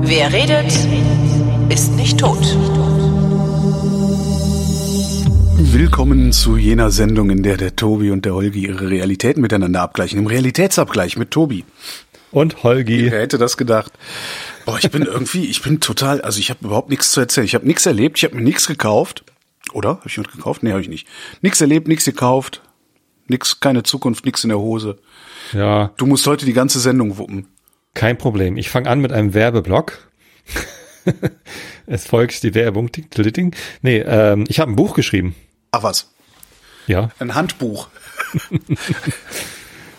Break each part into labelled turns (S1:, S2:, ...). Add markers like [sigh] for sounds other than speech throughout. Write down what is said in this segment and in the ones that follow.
S1: Wer redet, ist nicht tot.
S2: Willkommen zu jener Sendung, in der der Tobi und der Holgi ihre Realitäten miteinander abgleichen. Im Realitätsabgleich mit Tobi.
S3: Und Holgi.
S2: Wer hätte das gedacht? Boah, ich bin irgendwie, ich bin total, also ich habe überhaupt nichts zu erzählen. Ich habe nichts erlebt, ich habe mir nichts gekauft. Oder? Habe ich was gekauft? Nee, habe ich nicht. Nichts erlebt, nichts gekauft. Nix, keine Zukunft, nichts in der Hose.
S3: Ja,
S2: Du musst heute die ganze Sendung wuppen.
S3: kein Problem. Ich fange an mit einem Werbeblock. [laughs] es folgt die Werbung. Ding, ding, ding. Nee, ähm, ich habe ein Buch geschrieben.
S2: Ach was,
S3: Ja.
S2: ein Handbuch.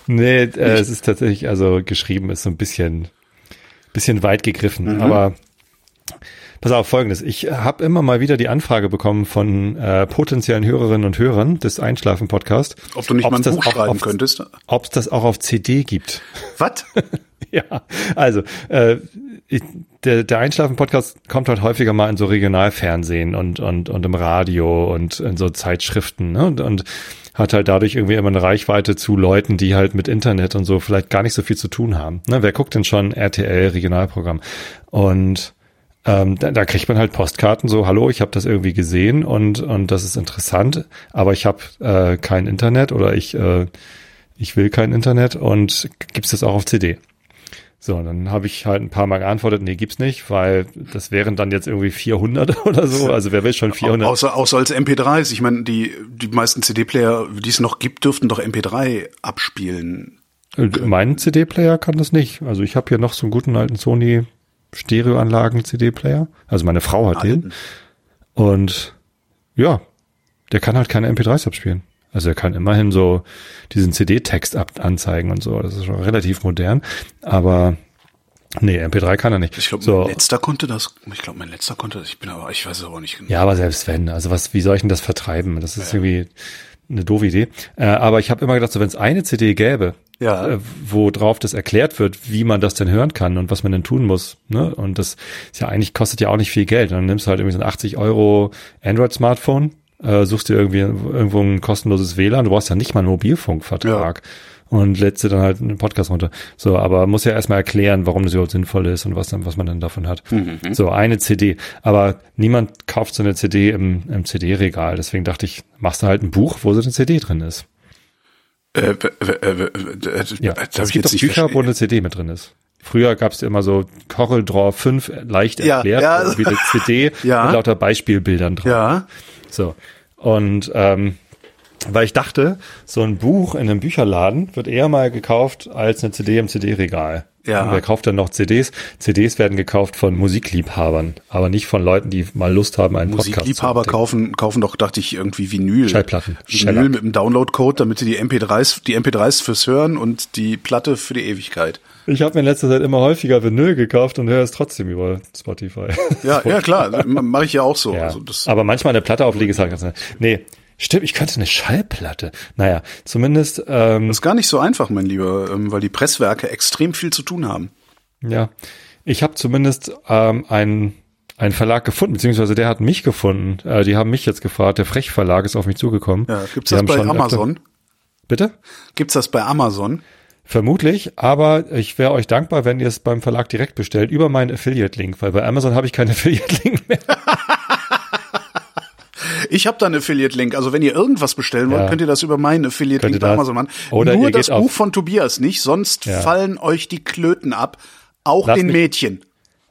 S3: Nee, äh, es ist tatsächlich, also geschrieben ist so ein bisschen, bisschen weit
S2: Mhm.
S3: gegriffen. Aber pass auf, folgendes. Ich habe immer mal wieder die Anfrage bekommen von äh, potenziellen Hörerinnen und Hörern des Einschlafen-Podcasts.
S2: Ob du nicht mal ein Buch schreiben
S3: auf,
S2: könntest?
S3: Ob es das auch auf CD gibt.
S2: Was?
S3: [laughs] Ja, also äh, ich, der, der Einschlafen-Podcast kommt halt häufiger mal in so Regionalfernsehen und, und, und im Radio und in so Zeitschriften ne? und, und hat halt dadurch irgendwie immer eine Reichweite zu Leuten, die halt mit Internet und so vielleicht gar nicht so viel zu tun haben. Ne? Wer guckt denn schon RTL Regionalprogramm? Und ähm, da, da kriegt man halt Postkarten, so, hallo, ich habe das irgendwie gesehen und, und das ist interessant, aber ich habe äh, kein Internet oder ich, äh, ich will kein Internet und gibt's das auch auf CD? So, und dann habe ich halt ein paar Mal geantwortet, nee, gibt's nicht, weil das wären dann jetzt irgendwie 400 [laughs] oder so. Also wer will schon 400?
S2: Außer, außer als MP3s. Ich meine, die, die meisten CD-Player, die es noch gibt, dürften doch MP3 abspielen.
S3: Äh, Mein CD-Player kann das nicht. Also ich habe hier noch so einen guten alten Sony Stereoanlagen CD-Player. Also meine Frau
S2: Ah,
S3: hat den. Und ja, der kann halt keine MP3s abspielen. Also er kann immerhin so diesen CD-Text ab anzeigen und so. Das ist schon relativ modern. Aber nee, MP3 kann er nicht.
S2: Ich glaube,
S3: so,
S2: mein letzter konnte das. Ich glaube, mein letzter konnte das. Ich bin aber, ich weiß es aber nicht genau.
S3: Ja, aber selbst wenn, also was, wie soll ich denn das vertreiben? Das ist irgendwie eine doofe Idee. Äh, aber ich habe immer gedacht, so wenn es eine CD gäbe,
S2: Ja.
S3: äh, wo drauf das erklärt wird, wie man das denn hören kann und was man denn tun muss. Ne? Und das ist ja eigentlich kostet ja auch nicht viel Geld. Dann nimmst du halt irgendwie so ein 80 Euro Android-Smartphone, äh, suchst dir irgendwie irgendwo ein kostenloses WLAN, du brauchst ja nicht mal einen Mobilfunkvertrag. Und lädst dir dann halt einen Podcast runter. So, aber muss ja erstmal erklären, warum das überhaupt sinnvoll ist und was dann, was man dann davon hat. So, eine CD. Aber niemand kauft so eine CD im, im CD-Regal. Deswegen dachte ich, machst du halt ein Buch, wo so eine CD drin ist.
S2: Äh, w- w- w- d- äh, d-
S3: Ja,
S2: das
S3: es
S2: habe ich
S3: gibt
S2: jetzt
S3: doch
S2: nicht
S3: Bücher, wo
S2: verstanden.
S3: eine CD mit drin ist. Früher gab's immer so Corel Draw 5 leicht
S2: Ja,
S3: erklärt,
S2: ja.
S3: irgendwie eine
S2: [laughs]
S3: CD
S2: Ja.
S3: mit lauter Beispielbildern drauf.
S2: Ja,
S3: So. Und ähm, weil ich dachte, so ein Buch in einem Bücherladen wird eher mal gekauft als eine CD im CD-Regal.
S2: Ja.
S3: Und wer kauft dann noch CDs? CDs werden gekauft von Musikliebhabern, aber nicht von Leuten, die mal Lust haben, einen Podcast zu
S2: Musikliebhaber
S3: entdecken.
S2: kaufen, kaufen doch, dachte ich, irgendwie Vinyl.
S3: Schallplatten.
S2: Vinyl
S3: Schellack.
S2: mit dem Download-Code, damit sie die MP3s, die MP3s fürs Hören und die Platte für die Ewigkeit.
S3: Ich habe mir in letzter Zeit immer häufiger Vinyl gekauft und höre es trotzdem über
S2: [laughs]
S3: Spotify.
S2: Ja, ja,
S3: [laughs]
S2: klar, mache ich ja auch so.
S3: Ja.
S2: Also das,
S3: aber manchmal eine Platte auflegen ist halt ganz nett. Nee, stimmt, ich könnte eine Schallplatte. Naja, zumindest, ähm,
S2: ist gar nicht so einfach, mein Lieber, ähm, weil die Presswerke extrem viel zu tun haben.
S3: ja, ich habe zumindest ähm, einen, einen Verlag gefunden, beziehungsweise der hat mich gefunden. Äh, die haben mich jetzt gefragt, der Frech Verlag ist auf mich zugekommen.
S2: Ja, gibt's
S3: Die
S2: das
S3: haben
S2: bei
S3: schon öfter-
S2: Amazon?
S3: bitte?
S2: Gibt's das bei Amazon?
S3: Vermutlich, aber ich wäre euch dankbar, wenn ihr es beim Verlag direkt bestellt, über meinen Affiliate-Link, weil bei Amazon habe ich keinen [laughs] Affiliate-Link mehr.
S2: Ich habe da einen Affiliate-Link. Also wenn ihr irgendwas bestellen wollt,
S3: Ja.
S2: könnt ihr das über meinen Affiliate-Link
S3: Könnt ihr
S2: bei
S3: das-
S2: Amazon machen.
S3: Oder
S2: Nur
S3: ihr
S2: das
S3: geht auf-
S2: Buch von Tobias nicht, sonst
S3: Ja.
S2: fallen euch die Klöten ab. Auch
S3: Lass
S2: den
S3: mich-
S2: Mädchen.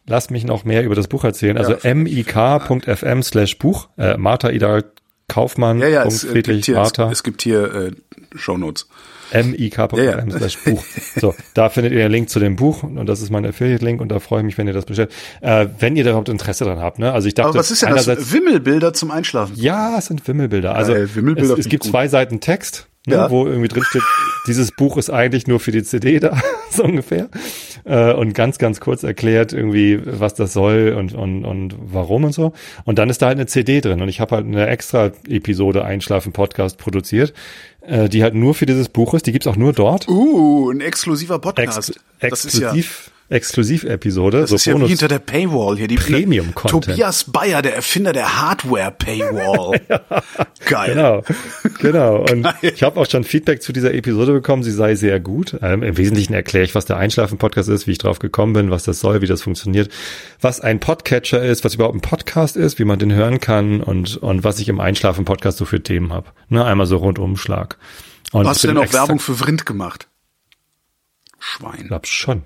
S3: Lasst mich noch mehr über das Buch erzählen. Also
S2: Ja.
S3: mik.fm slash Buch, äh, Martha Ida Kaufmann,
S2: Ja, ja,
S3: Punkt
S2: es, äh, gibt
S3: Friedrich
S2: hier, es,
S3: Martha,
S2: es gibt hier äh, Shownotes.
S3: mik.fm
S2: Ja, ja.
S3: slash
S2: [laughs]
S3: Buch. So, da findet ihr den Link zu dem Buch und das ist mein Affiliate-Link und da freue ich mich, wenn ihr das bestellt. Äh, wenn ihr da überhaupt Interesse dran habt, ne? Also ich dachte,
S2: Aber was ist denn das?
S3: einerseits-
S2: Wimmelbilder zum Einschlafen.
S3: Ja, es sind Wimmelbilder. Also
S2: Geil, Wimmelbilder
S3: es,
S2: finde
S3: es
S2: ich
S3: gibt
S2: gut.
S3: zwei Seiten Text, ne,
S2: Ja.
S3: wo irgendwie drin steht, dieses Buch ist eigentlich nur für die CD [laughs] da, so ungefähr. Äh, und ganz, ganz kurz erklärt irgendwie, was das soll und, und, und warum und so. Und dann ist da halt eine CD drin. Und ich habe halt eine extra Episode Einschlafen-Podcast produziert, äh, die halt nur für dieses Buch ist. Die gibt's auch nur dort.
S2: Uh, ein exklusiver Podcast.
S3: Ex exklusiv Exklusivepisode.
S2: Das ist ja wie hinter der Paywall hier. Die
S3: Premium-Content.
S2: Tobias Bayer, der Erfinder der
S3: [laughs]
S2: Hardware-Paywall. Geil.
S3: Genau, genau.
S2: [laughs]
S3: Und ich habe auch schon Feedback zu dieser Episode bekommen, sie sei sehr gut. Ähm, Im Wesentlichen erkläre ich, was der Einschlafen-Podcast ist, wie ich drauf gekommen bin, was das soll, wie das funktioniert, was ein Podcatcher ist, was überhaupt ein Podcast ist, wie man den hören kann und, und was ich im Einschlafen-Podcast so für Themen habe. Ne, einmal so Rundumschlag. Und
S2: Hast du
S3: ich bin
S2: denn auch
S3: extra-
S2: Werbung für Vrind gemacht? Schwein.
S3: Ich
S2: [laughs]
S3: glaube schon.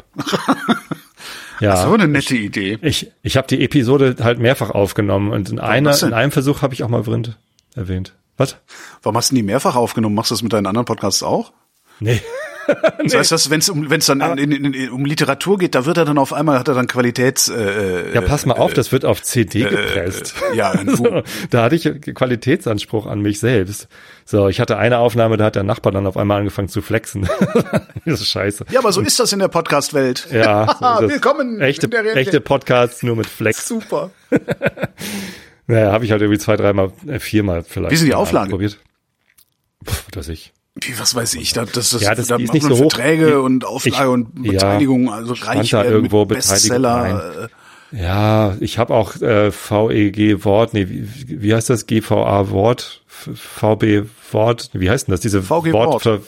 S3: ja.
S2: Das ist aber eine nette Idee.
S3: Ich, ich habe die Episode halt mehrfach aufgenommen und in, einer,
S2: was denn?
S3: in einem Versuch habe ich auch mal Vrind erwähnt. Was?
S2: Warum hast du die mehrfach aufgenommen? Machst du das mit deinen anderen Podcasts auch?
S3: Nee.
S2: Das heißt, dass wenn es um, wenn's dann in, in, in, um Literatur geht, da wird er dann auf einmal, hat er dann Qualitäts... Äh, äh,
S3: Ja, pass mal auf, das wird auf CD gepresst.
S2: ja, ein
S3: [laughs] so, da hatte ich Qualitätsanspruch an mich selbst. So, ich hatte eine Aufnahme, da hat der Nachbar dann auf einmal angefangen zu flexen. [laughs] das ist scheiße.
S2: ja, aber so ist das in der Podcast-Welt. [laughs]
S3: Ja, so ist es.
S2: Willkommen
S3: Echte,
S2: in der Realität.
S3: echte Podcasts nur mit Flex.
S2: Super.
S3: Naja, habe ich halt irgendwie zwei, dreimal, äh, viermal vielleicht.
S2: Wie sind die
S3: mal
S2: Auflagen?
S3: Probiert. Pff, dass ich.
S2: Wie, was weiß ich, da, das, das,
S3: Ja, das
S2: da
S3: die ist
S2: macht
S3: nicht
S2: man
S3: so hoch.
S2: Verträge
S3: Die-
S2: und Auflage
S3: ich-
S2: und
S3: ja.
S2: Beteiligung, also reich
S3: da
S2: werden
S3: irgendwo
S2: mit
S3: Beteiligung
S2: Bestseller. äh,
S3: Ja, ich habe auch äh, VEG Wort, nee, wie, wie heißt das? GVA Wort, F- VB Wort, wie heißt denn das? Diese
S2: VG Wort.
S3: Wortver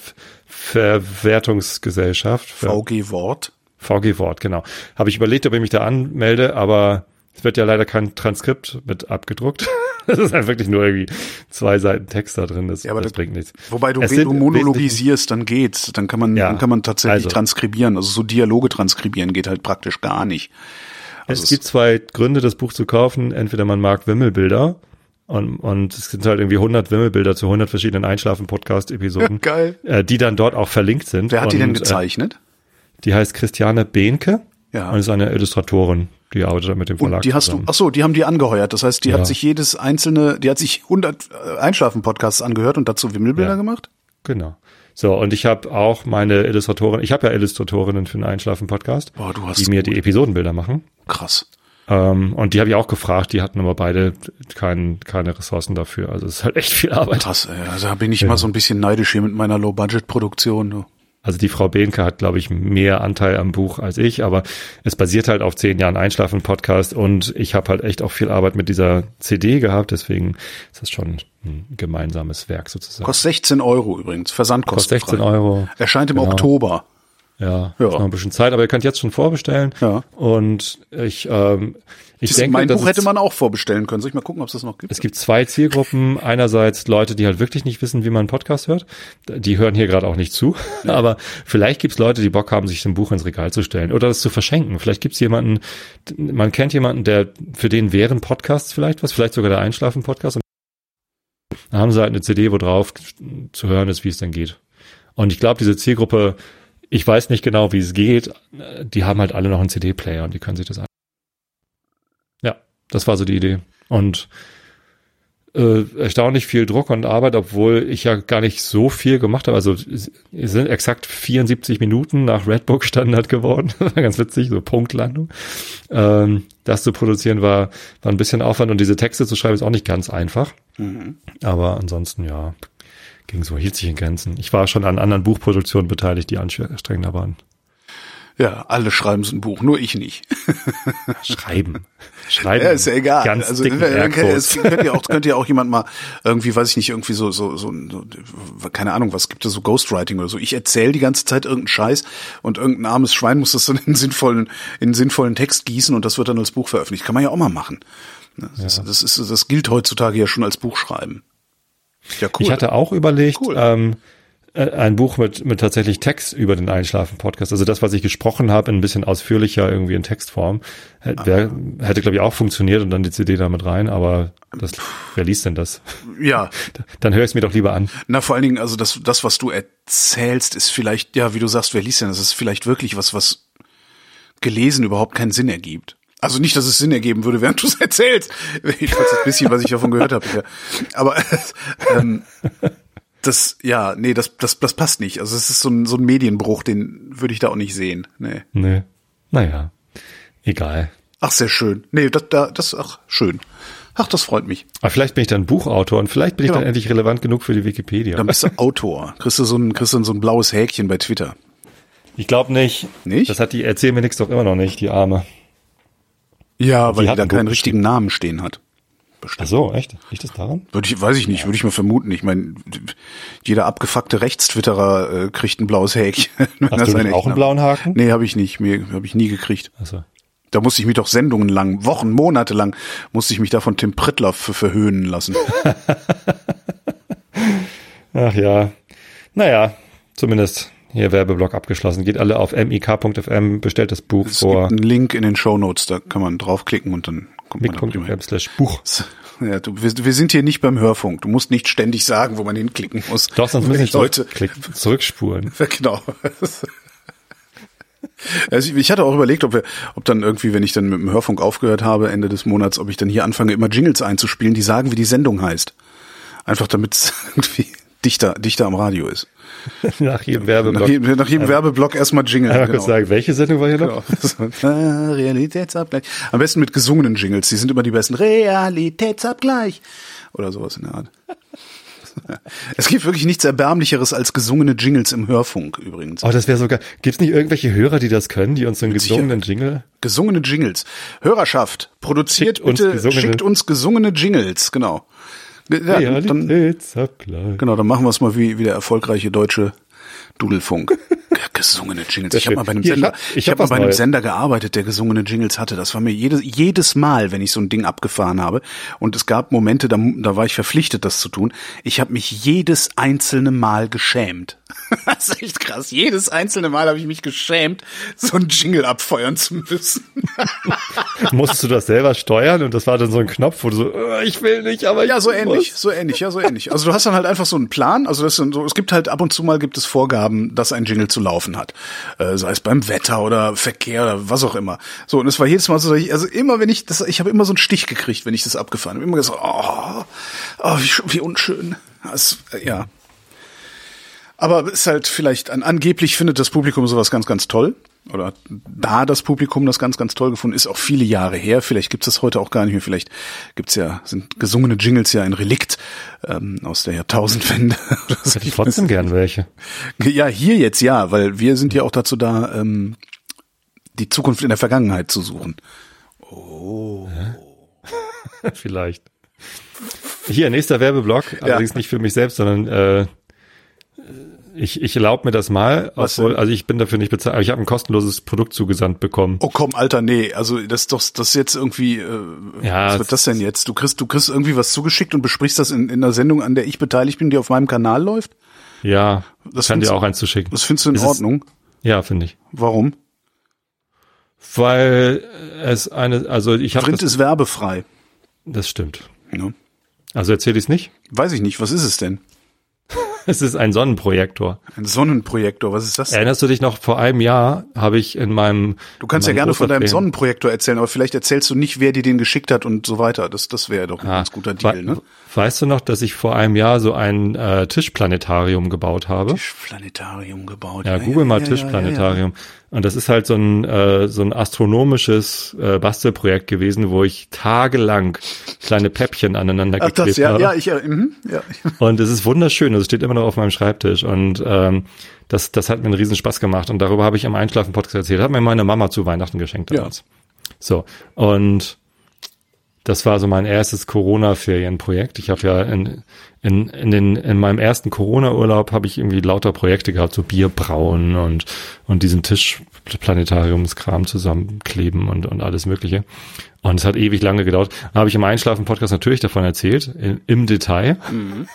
S3: Verwertungsgesellschaft. Ver-
S2: VG Wort.
S3: VG Wort, genau. Habe ich überlegt, ob ich mich da anmelde, aber es wird ja leider kein Transkript mit abgedruckt. [laughs] Das ist halt wirklich nur irgendwie zwei Seiten Text da drin. Das,
S2: Ja, aber
S3: das
S2: das-
S3: bringt nichts.
S2: Wobei du,
S3: Es
S2: wenn
S3: sind
S2: du monologisierst, dann geht's. Dann kann man,
S3: Ja,
S2: dann kann man tatsächlich
S3: also.
S2: transkribieren. Also so Dialoge transkribieren geht halt praktisch gar nicht.
S3: Es
S2: Also es-
S3: gibt zwei Gründe, das Buch zu kaufen. Entweder man mag Wimmelbilder und, und es sind halt irgendwie 100 Wimmelbilder zu 100 verschiedenen
S2: [laughs]
S3: Einschlafen-Podcast-Episoden,
S2: Geil.
S3: äh, die dann dort auch verlinkt sind.
S2: Wer hat
S3: und,
S2: die denn
S3: Äh,
S2: gezeichnet?
S3: die heißt Christiane Behnke
S2: Ja.
S3: und ist eine Illustratorin, die arbeitet mit dem Verlag
S2: Und die hast du,
S3: zusammen.
S2: ach so, die haben die angeheuert. Das heißt, die
S3: Ja.
S2: hat sich jedes einzelne, die hat sich 100 äh, Einschlafen-Podcasts angehört und dazu Wimmelbilder
S3: Ja.
S2: gemacht?
S3: Genau. So, und ich habe auch meine Illustratorin, ich habe ja Illustratorinnen für den Einschlafen-Podcast,
S2: Boah, du hast
S3: die mir die Episodenbilder machen.
S2: Krass.
S3: Ähm, und die habe ich auch gefragt, die hatten aber beide kein, keine Ressourcen dafür. Also es ist halt echt viel Arbeit.
S2: Krass, ey. Also da bin ich mal so ein bisschen neidisch hier mit meiner Low-Budget-Produktion. du.
S3: Also die Frau Behnke hat, glaube ich, mehr Anteil am Buch als ich, aber es basiert halt auf zehn Jahren Einschlafen-Podcast und ich habe halt echt auch viel Arbeit mit dieser CD gehabt, deswegen ist das schon ein gemeinsames Werk sozusagen.
S2: Kostet 16 Euro übrigens. Versandkosten.
S3: Kostet 16 Euro.
S2: Erscheint im
S3: Genau.
S2: Oktober.
S3: Ja,
S2: Ja.
S3: ist noch ein bisschen Zeit, aber ihr könnt jetzt schon vorbestellen.
S2: Ja.
S3: Und ich, ähm, ich
S2: Das-
S3: denke,
S2: mein
S3: dass
S2: Buch
S3: es
S2: hätte man auch vorbestellen können. Soll ich mal gucken, ob es das noch gibt?
S3: Es gibt zwei Zielgruppen. Einerseits Leute, die halt wirklich nicht wissen, wie man einen Podcast hört. Die hören hier gerade auch nicht zu. Aber vielleicht gibt's Leute, die Bock haben, sich ein Buch ins Regal zu stellen oder das zu verschenken. Vielleicht gibt's jemanden, man kennt jemanden, der für den wären Podcasts vielleicht was, vielleicht sogar der Einschlafen-Podcast. Und Da haben sie halt eine CD, wo drauf zu hören ist, wie es denn geht. Und ich glaube, diese Zielgruppe, ich weiß nicht genau, wie es geht, die haben halt alle noch einen CD-Player und die können sich das an. Ja, das war so die Idee. Und äh, erstaunlich viel Druck und Arbeit, obwohl ich ja gar nicht so viel gemacht habe. Also es sind exakt 74 Minuten nach Redbook Standard geworden. [laughs] Ganz witzig, so Punktlandung. Ähm, das zu produzieren war, war ein bisschen Aufwand und diese Texte zu schreiben ist auch nicht ganz einfach.
S2: Mhm.
S3: Aber ansonsten, ja, ging so, hielt sich in Grenzen. Ich war schon an anderen Buchproduktionen beteiligt, die anstrengender waren.
S2: Ja, alle schreiben so ein Buch, nur ich nicht.
S3: Schreiben. Schreiben.
S2: [laughs] Ja, ist ja egal.
S3: Ganz
S2: also
S3: dicken
S2: äh, [laughs] okay,
S3: Airquotes.
S2: es könnte ja auch könnte ja auch jemand mal irgendwie, weiß ich nicht, irgendwie so so so, so keine Ahnung, was gibt es so Ghostwriting oder so. Ich erzähle die ganze Zeit irgendeinen Scheiß und irgendein armes Schwein muss das dann in einen sinnvollen in einen sinnvollen Text gießen und das wird dann als Buch veröffentlicht. Kann man ja auch mal machen. Ne, Das, das ist das gilt heutzutage ja schon als Buchschreiben. Ja, cool.
S3: Ich hatte auch überlegt,
S2: Cool.
S3: ähm, äh, ein Buch mit, mit tatsächlich Text über den Einschlafen-Podcast. Also das, was ich gesprochen habe, ein bisschen ausführlicher irgendwie in Textform. Hä-
S2: Ah.
S3: Wär, hätte, glaube ich, auch funktioniert und dann die CD damit rein, aber das, wer liest
S2: [laughs]
S3: denn das?
S2: ja,
S3: Dann höre ich es mir doch lieber an.
S2: Na, vor allen Dingen, also das, das, was du erzählst, ist vielleicht, ja, wie du sagst, wer liest denn? Das ist vielleicht wirklich was, was gelesen überhaupt keinen Sinn ergibt. Also nicht, dass es Sinn ergeben würde, während du es [laughs] erzählst. Jedenfalls ein bisschen, was ich davon gehört habe. Ja. Aber [laughs] ähm, das, ja, nee, das, das, das passt nicht. Also es ist so ein, so ein Medienbruch, den würde ich da auch nicht sehen. Nee.
S3: Nee. Naja, egal.
S2: Ach, sehr schön. Nee, das, da, das, ach, schön. Ach, das freut mich.
S3: Aber vielleicht bin ich dann Buchautor und vielleicht bin ich
S2: Genau.
S3: dann endlich relevant genug für die Wikipedia.
S2: Dann bist du Autor. Kriegst du so ein, kriegst du so ein blaues Häkchen bei Twitter.
S3: Ich glaube nicht.
S2: Nicht?
S3: Das hat die Erzähl mir nichts doch immer noch nicht, die Arme.
S2: Ja, weil die,
S3: hat
S2: da
S3: einen
S2: keinen
S3: guten
S2: richtigen Namen stehen hat.
S3: Ach so, echt? Liegt das daran?
S2: Würde ich, weiß ich nicht, würde ich mal vermuten. Ich meine, jeder abgefuckte Rechtstwitterer äh, kriegt ein blaues Häkchen. [laughs] wenn er
S3: Hast du
S2: seinen
S3: nicht auch
S2: echten
S3: einen blauen Haken?
S2: Namen- ne? Nee, habe ich nicht. Mir habe ich nie gekriegt.
S3: Also,
S2: Da musste ich mich doch Sendungen lang, Wochen, Monate lang, musste ich mich da von Tim Prittler für verhöhnen
S3: [laughs]
S2: lassen.
S3: ach ja. Naja, zumindest hier Werbeblock abgeschlossen. Geht alle auf mik.fm, bestellt das Buch
S2: Es
S3: vor
S2: gibt einen Link in den Shownotes, da kann man draufklicken und dann kommt man da drüber hin.
S3: mik.fm slash Buch.
S2: [laughs] Ja, du, wir, wir sind hier nicht beim Hörfunk. Du musst nicht ständig sagen, wo man hinklicken muss.
S3: Doch, sonst müssen
S2: Wenn
S3: wir
S2: ich Leute.
S3: zurück,
S2: [laughs]
S3: zurückspulen.
S2: Genau. Also ich, ich hatte auch überlegt, ob wir, ob dann irgendwie, wenn ich dann mit dem Hörfunk aufgehört habe Ende des Monats, ob ich dann hier anfange, immer Jingles einzuspielen, die sagen, wie die Sendung heißt. Einfach damit es [laughs] irgendwie dichter, dichter am Radio ist.
S3: Nach jedem
S2: Nach
S3: Werbeblock.
S2: jedem, nach jedem Werbeblock erstmal Jingle.
S3: Einmal kurz sagen, welche Sendung war hier noch?
S2: Genau. Ah, [laughs] Realitätsabgleich. Am besten mit gesungenen Jingles, die sind immer die besten. Realitätsabgleich. Oder sowas in der Art. [laughs] Es gibt wirklich nichts Erbärmlicheres als gesungene Jingles im Hörfunk übrigens.
S3: Oh, das wäre sogar. Gibt es nicht irgendwelche Hörer, die das können, die uns so einen
S2: Sicherheit.
S3: gesungenen Jingle?
S2: Gesungene Jingles. Hörerschaft, produziert
S3: Schickt uns
S2: bitte,
S3: gesungene-
S2: schickt uns gesungene Jingles, genau. Ja, dann,
S3: Realitätsabgleich.
S2: genau, dann machen wir es mal wie, wie der erfolgreiche deutsche Dudelfunk. [laughs] Ge- gesungene Jingles. Ich habe
S3: schön.
S2: mal bei einem
S3: Hier,
S2: Sender,
S3: ich hab
S2: ich hab mal
S3: was
S2: bei einem
S3: Neues.
S2: Sender gearbeitet, der gesungene Jingles hatte. Das war mir jedes, jedes Mal, wenn ich so ein Ding abgefahren habe. Und es gab Momente, da, da war ich verpflichtet, das zu tun. Ich habe mich jedes einzelne Mal geschämt. [laughs] Das ist echt krass. Jedes einzelne Mal habe ich mich geschämt, so einen Jingle abfeuern zu müssen.
S3: [laughs] Musstest du das selber steuern? Und das war dann so ein Knopf, wo du so, äh, ich will nicht, aber
S2: Ja,
S3: ich
S2: so
S3: muss.
S2: ähnlich, so ähnlich, ja, so ähnlich. Also du hast dann halt einfach so einen Plan. Also das sind so, es gibt halt ab und zu mal gibt es Vorgaben, dass ein Jingle zu laufen hat, äh, sei es beim Wetter oder Verkehr oder was auch immer. So und es war jedes Mal so, dass ich- also immer wenn ich das, ich habe immer so einen Stich gekriegt, wenn ich das abgefahren habe. Immer gesagt, oh, oh wie, sch- wie unschön. Das, äh, ja. Aber es ist halt vielleicht an, angeblich findet das Publikum sowas ganz, ganz toll. Oder hat da das Publikum das ganz, ganz toll gefunden, ist auch viele Jahre her. Vielleicht gibt's das heute auch gar nicht mehr. Vielleicht gibt's ja, sind gesungene Jingles ja ein Relikt ähm, aus der Jahrtausendwende. [laughs] oder so.
S3: Hätte ich trotzdem gern welche.
S2: ja, hier jetzt ja, weil wir sind ja auch dazu da, ähm, die Zukunft in der Vergangenheit zu suchen.
S3: Vielleicht. Hier, nächster Werbeblock. Allerdings nicht für mich selbst, sondern äh, ich, ich erlaube mir das mal.
S2: Was
S3: obwohl,
S2: denn?
S3: also ich bin dafür nicht bezahlt. Aber ich habe ein kostenloses Produkt zugesandt bekommen.
S2: Oh komm, Alter, nee, also das ist doch das ist jetzt irgendwie, äh,
S3: Ja,
S2: was
S3: es-
S2: wird das denn jetzt? Du kriegst, du kriegst irgendwie was zugeschickt und besprichst das in, in einer Sendung, an der ich beteiligt bin, die auf meinem Kanal läuft?
S3: Ja,
S2: Das
S3: kann
S2: find's-
S3: dir auch eins zuschicken.
S2: Das findest du in
S3: Es ist-
S2: Ordnung?
S3: Ja, finde ich.
S2: Warum?
S3: Weil es eine, also ich habe
S2: Print
S3: das,
S2: ist werbefrei.
S3: das stimmt.
S2: Ja.
S3: Also erzähle ich es nicht. [laughs]
S2: Weiß ich nicht, was ist es denn?
S3: Es ist ein Sonnenprojektor.
S2: Ein Sonnenprojektor, was ist das? denn?
S3: Erinnerst du dich noch, vor einem Jahr habe ich in meinem...
S2: du kannst ja
S3: in meinem
S2: gerne von deinem
S3: Osterferien-
S2: Sonnenprojektor erzählen, aber vielleicht erzählst du nicht, wer dir den geschickt hat und so weiter. Das, das wäre doch ein ganz
S3: Ah,
S2: guter Deal,
S3: wei-
S2: ne?
S3: Weißt du noch, dass ich vor einem Jahr so ein äh, Tischplanetarium gebaut habe?
S2: Tischplanetarium gebaut.
S3: Ja, google mal Tischplanetarium. Und das ist halt so ein, äh, so ein astronomisches äh, Bastelprojekt gewesen, wo ich tagelang kleine Päppchen aneinander
S2: Ach, das,
S3: geklebt
S2: ja,
S3: habe.
S2: ja, ich, ja, mhm, ja. [laughs]
S3: Und es ist wunderschön, also es steht immer noch auf meinem Schreibtisch und ähm, das, das hat mir einen riesen Spaß gemacht und darüber habe ich am Einschlafen-Podcast erzählt, hat mir meine Mama zu Weihnachten geschenkt
S2: Ja.
S3: damals. So, und das war so mein erstes Corona-Ferienprojekt. Ich habe ja in, in, in, den, in meinem ersten Corona-Urlaub habe ich irgendwie lauter Projekte gehabt, so Bierbrauen und, und diesen Tischplanetariumskram zusammenkleben und, und alles Mögliche. Und es hat ewig lange gedauert. Da habe ich im Einschlafen-Podcast natürlich davon erzählt, in, im Detail.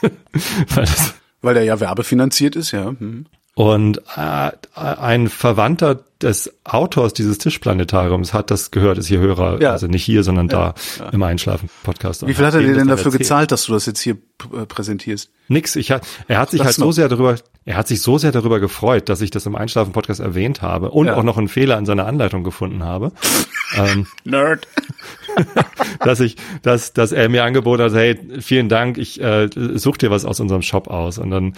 S3: [laughs] Weil das,
S2: Weil der ja werbefinanziert ist, ja. Mhm.
S3: und äh, ein Verwandter des Autors dieses Tischplanetariums hat das gehört, ist hier Hörer,
S2: Ja.
S3: also nicht hier, sondern da im Einschlafen-Podcast.
S2: Wie viel hat er dir denn dafür gezahlt, dass du das jetzt hier äh, präsentierst?
S3: Nix. Ich hat, er hat sich
S2: Das
S3: halt so
S2: noch.
S3: sehr darüber, er hat sich so sehr darüber gefreut, dass ich das im Einschlafen-Podcast erwähnt habe und
S2: Ja.
S3: auch noch einen Fehler in seiner Anleitung gefunden habe,
S2: Nerd.
S3: dass ich, dass, dass er mir angeboten hat, hey, vielen Dank, ich äh, such dir was aus unserem Shop aus. Und dann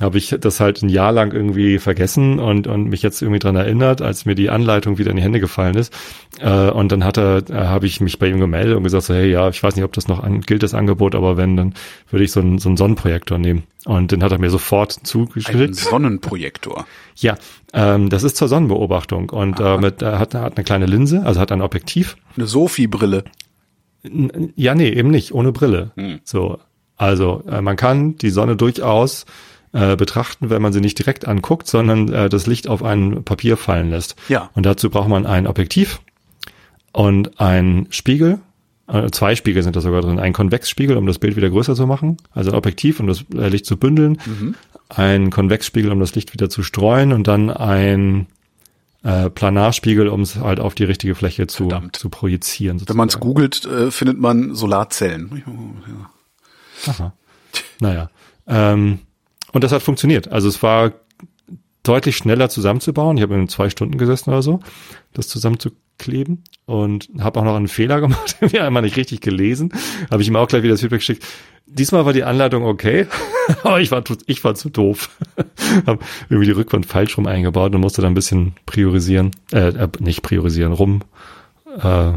S3: habe ich das halt ein Jahr lang irgendwie vergessen und, und mich jetzt irgendwie dran erinnert, als mir die Anleitung wieder in die Hände gefallen ist. Äh, und dann hat er, äh, habe ich mich bei ihm gemeldet und gesagt, so, hey, ja, ich weiß nicht, ob das noch an, gilt, das Angebot, aber wenn, dann würde ich so einen, so einen Sonnenprojektor nehmen. Und den hat er mir sofort zugeschickt.
S2: Ein Sonnenprojektor.
S3: Ja, ähm, das ist zur Sonnenbeobachtung und äh, mit, äh, hat, hat eine kleine Linse, also hat ein Objektiv.
S2: Eine Sophie-Brille.
S3: N- Ja, nee, eben nicht, ohne Brille.
S2: Hm.
S3: So, also äh, man kann die Sonne durchaus äh, betrachten, wenn man sie nicht direkt anguckt, sondern äh, das Licht auf ein Papier fallen lässt.
S2: Ja.
S3: Und dazu braucht man ein Objektiv und ein Spiegel. Äh, Zwei Spiegel sind da sogar drin. Ein Konvexspiegel, um das Bild wieder größer zu machen. Also ein Objektiv, um das äh, Licht zu bündeln.
S2: Mhm.
S3: Ein Konvexspiegel, um das Licht wieder zu streuen. Und dann ein äh, Planarspiegel, um es halt auf die richtige Fläche zu,
S2: Verdammt.
S3: zu projizieren.
S2: Wenn man es googelt, äh, findet man Solarzellen.
S3: Aha. Naja. Ähm, und das hat funktioniert. Also es war deutlich schneller zusammenzubauen. Ich habe in zwei Stunden gesessen oder so, das zusammenzukleben. Und habe auch noch einen Fehler [laughs] gemacht, den wir einmal nicht richtig gelesen. Habe ich ihm auch gleich wieder das Feedback geschickt. Diesmal war die Anleitung okay, [laughs] aber ich war, zu- ich war zu doof. [laughs] habe irgendwie die Rückwand falsch rum eingebaut und musste dann ein bisschen priorisieren, äh, äh nicht priorisieren, rum äh,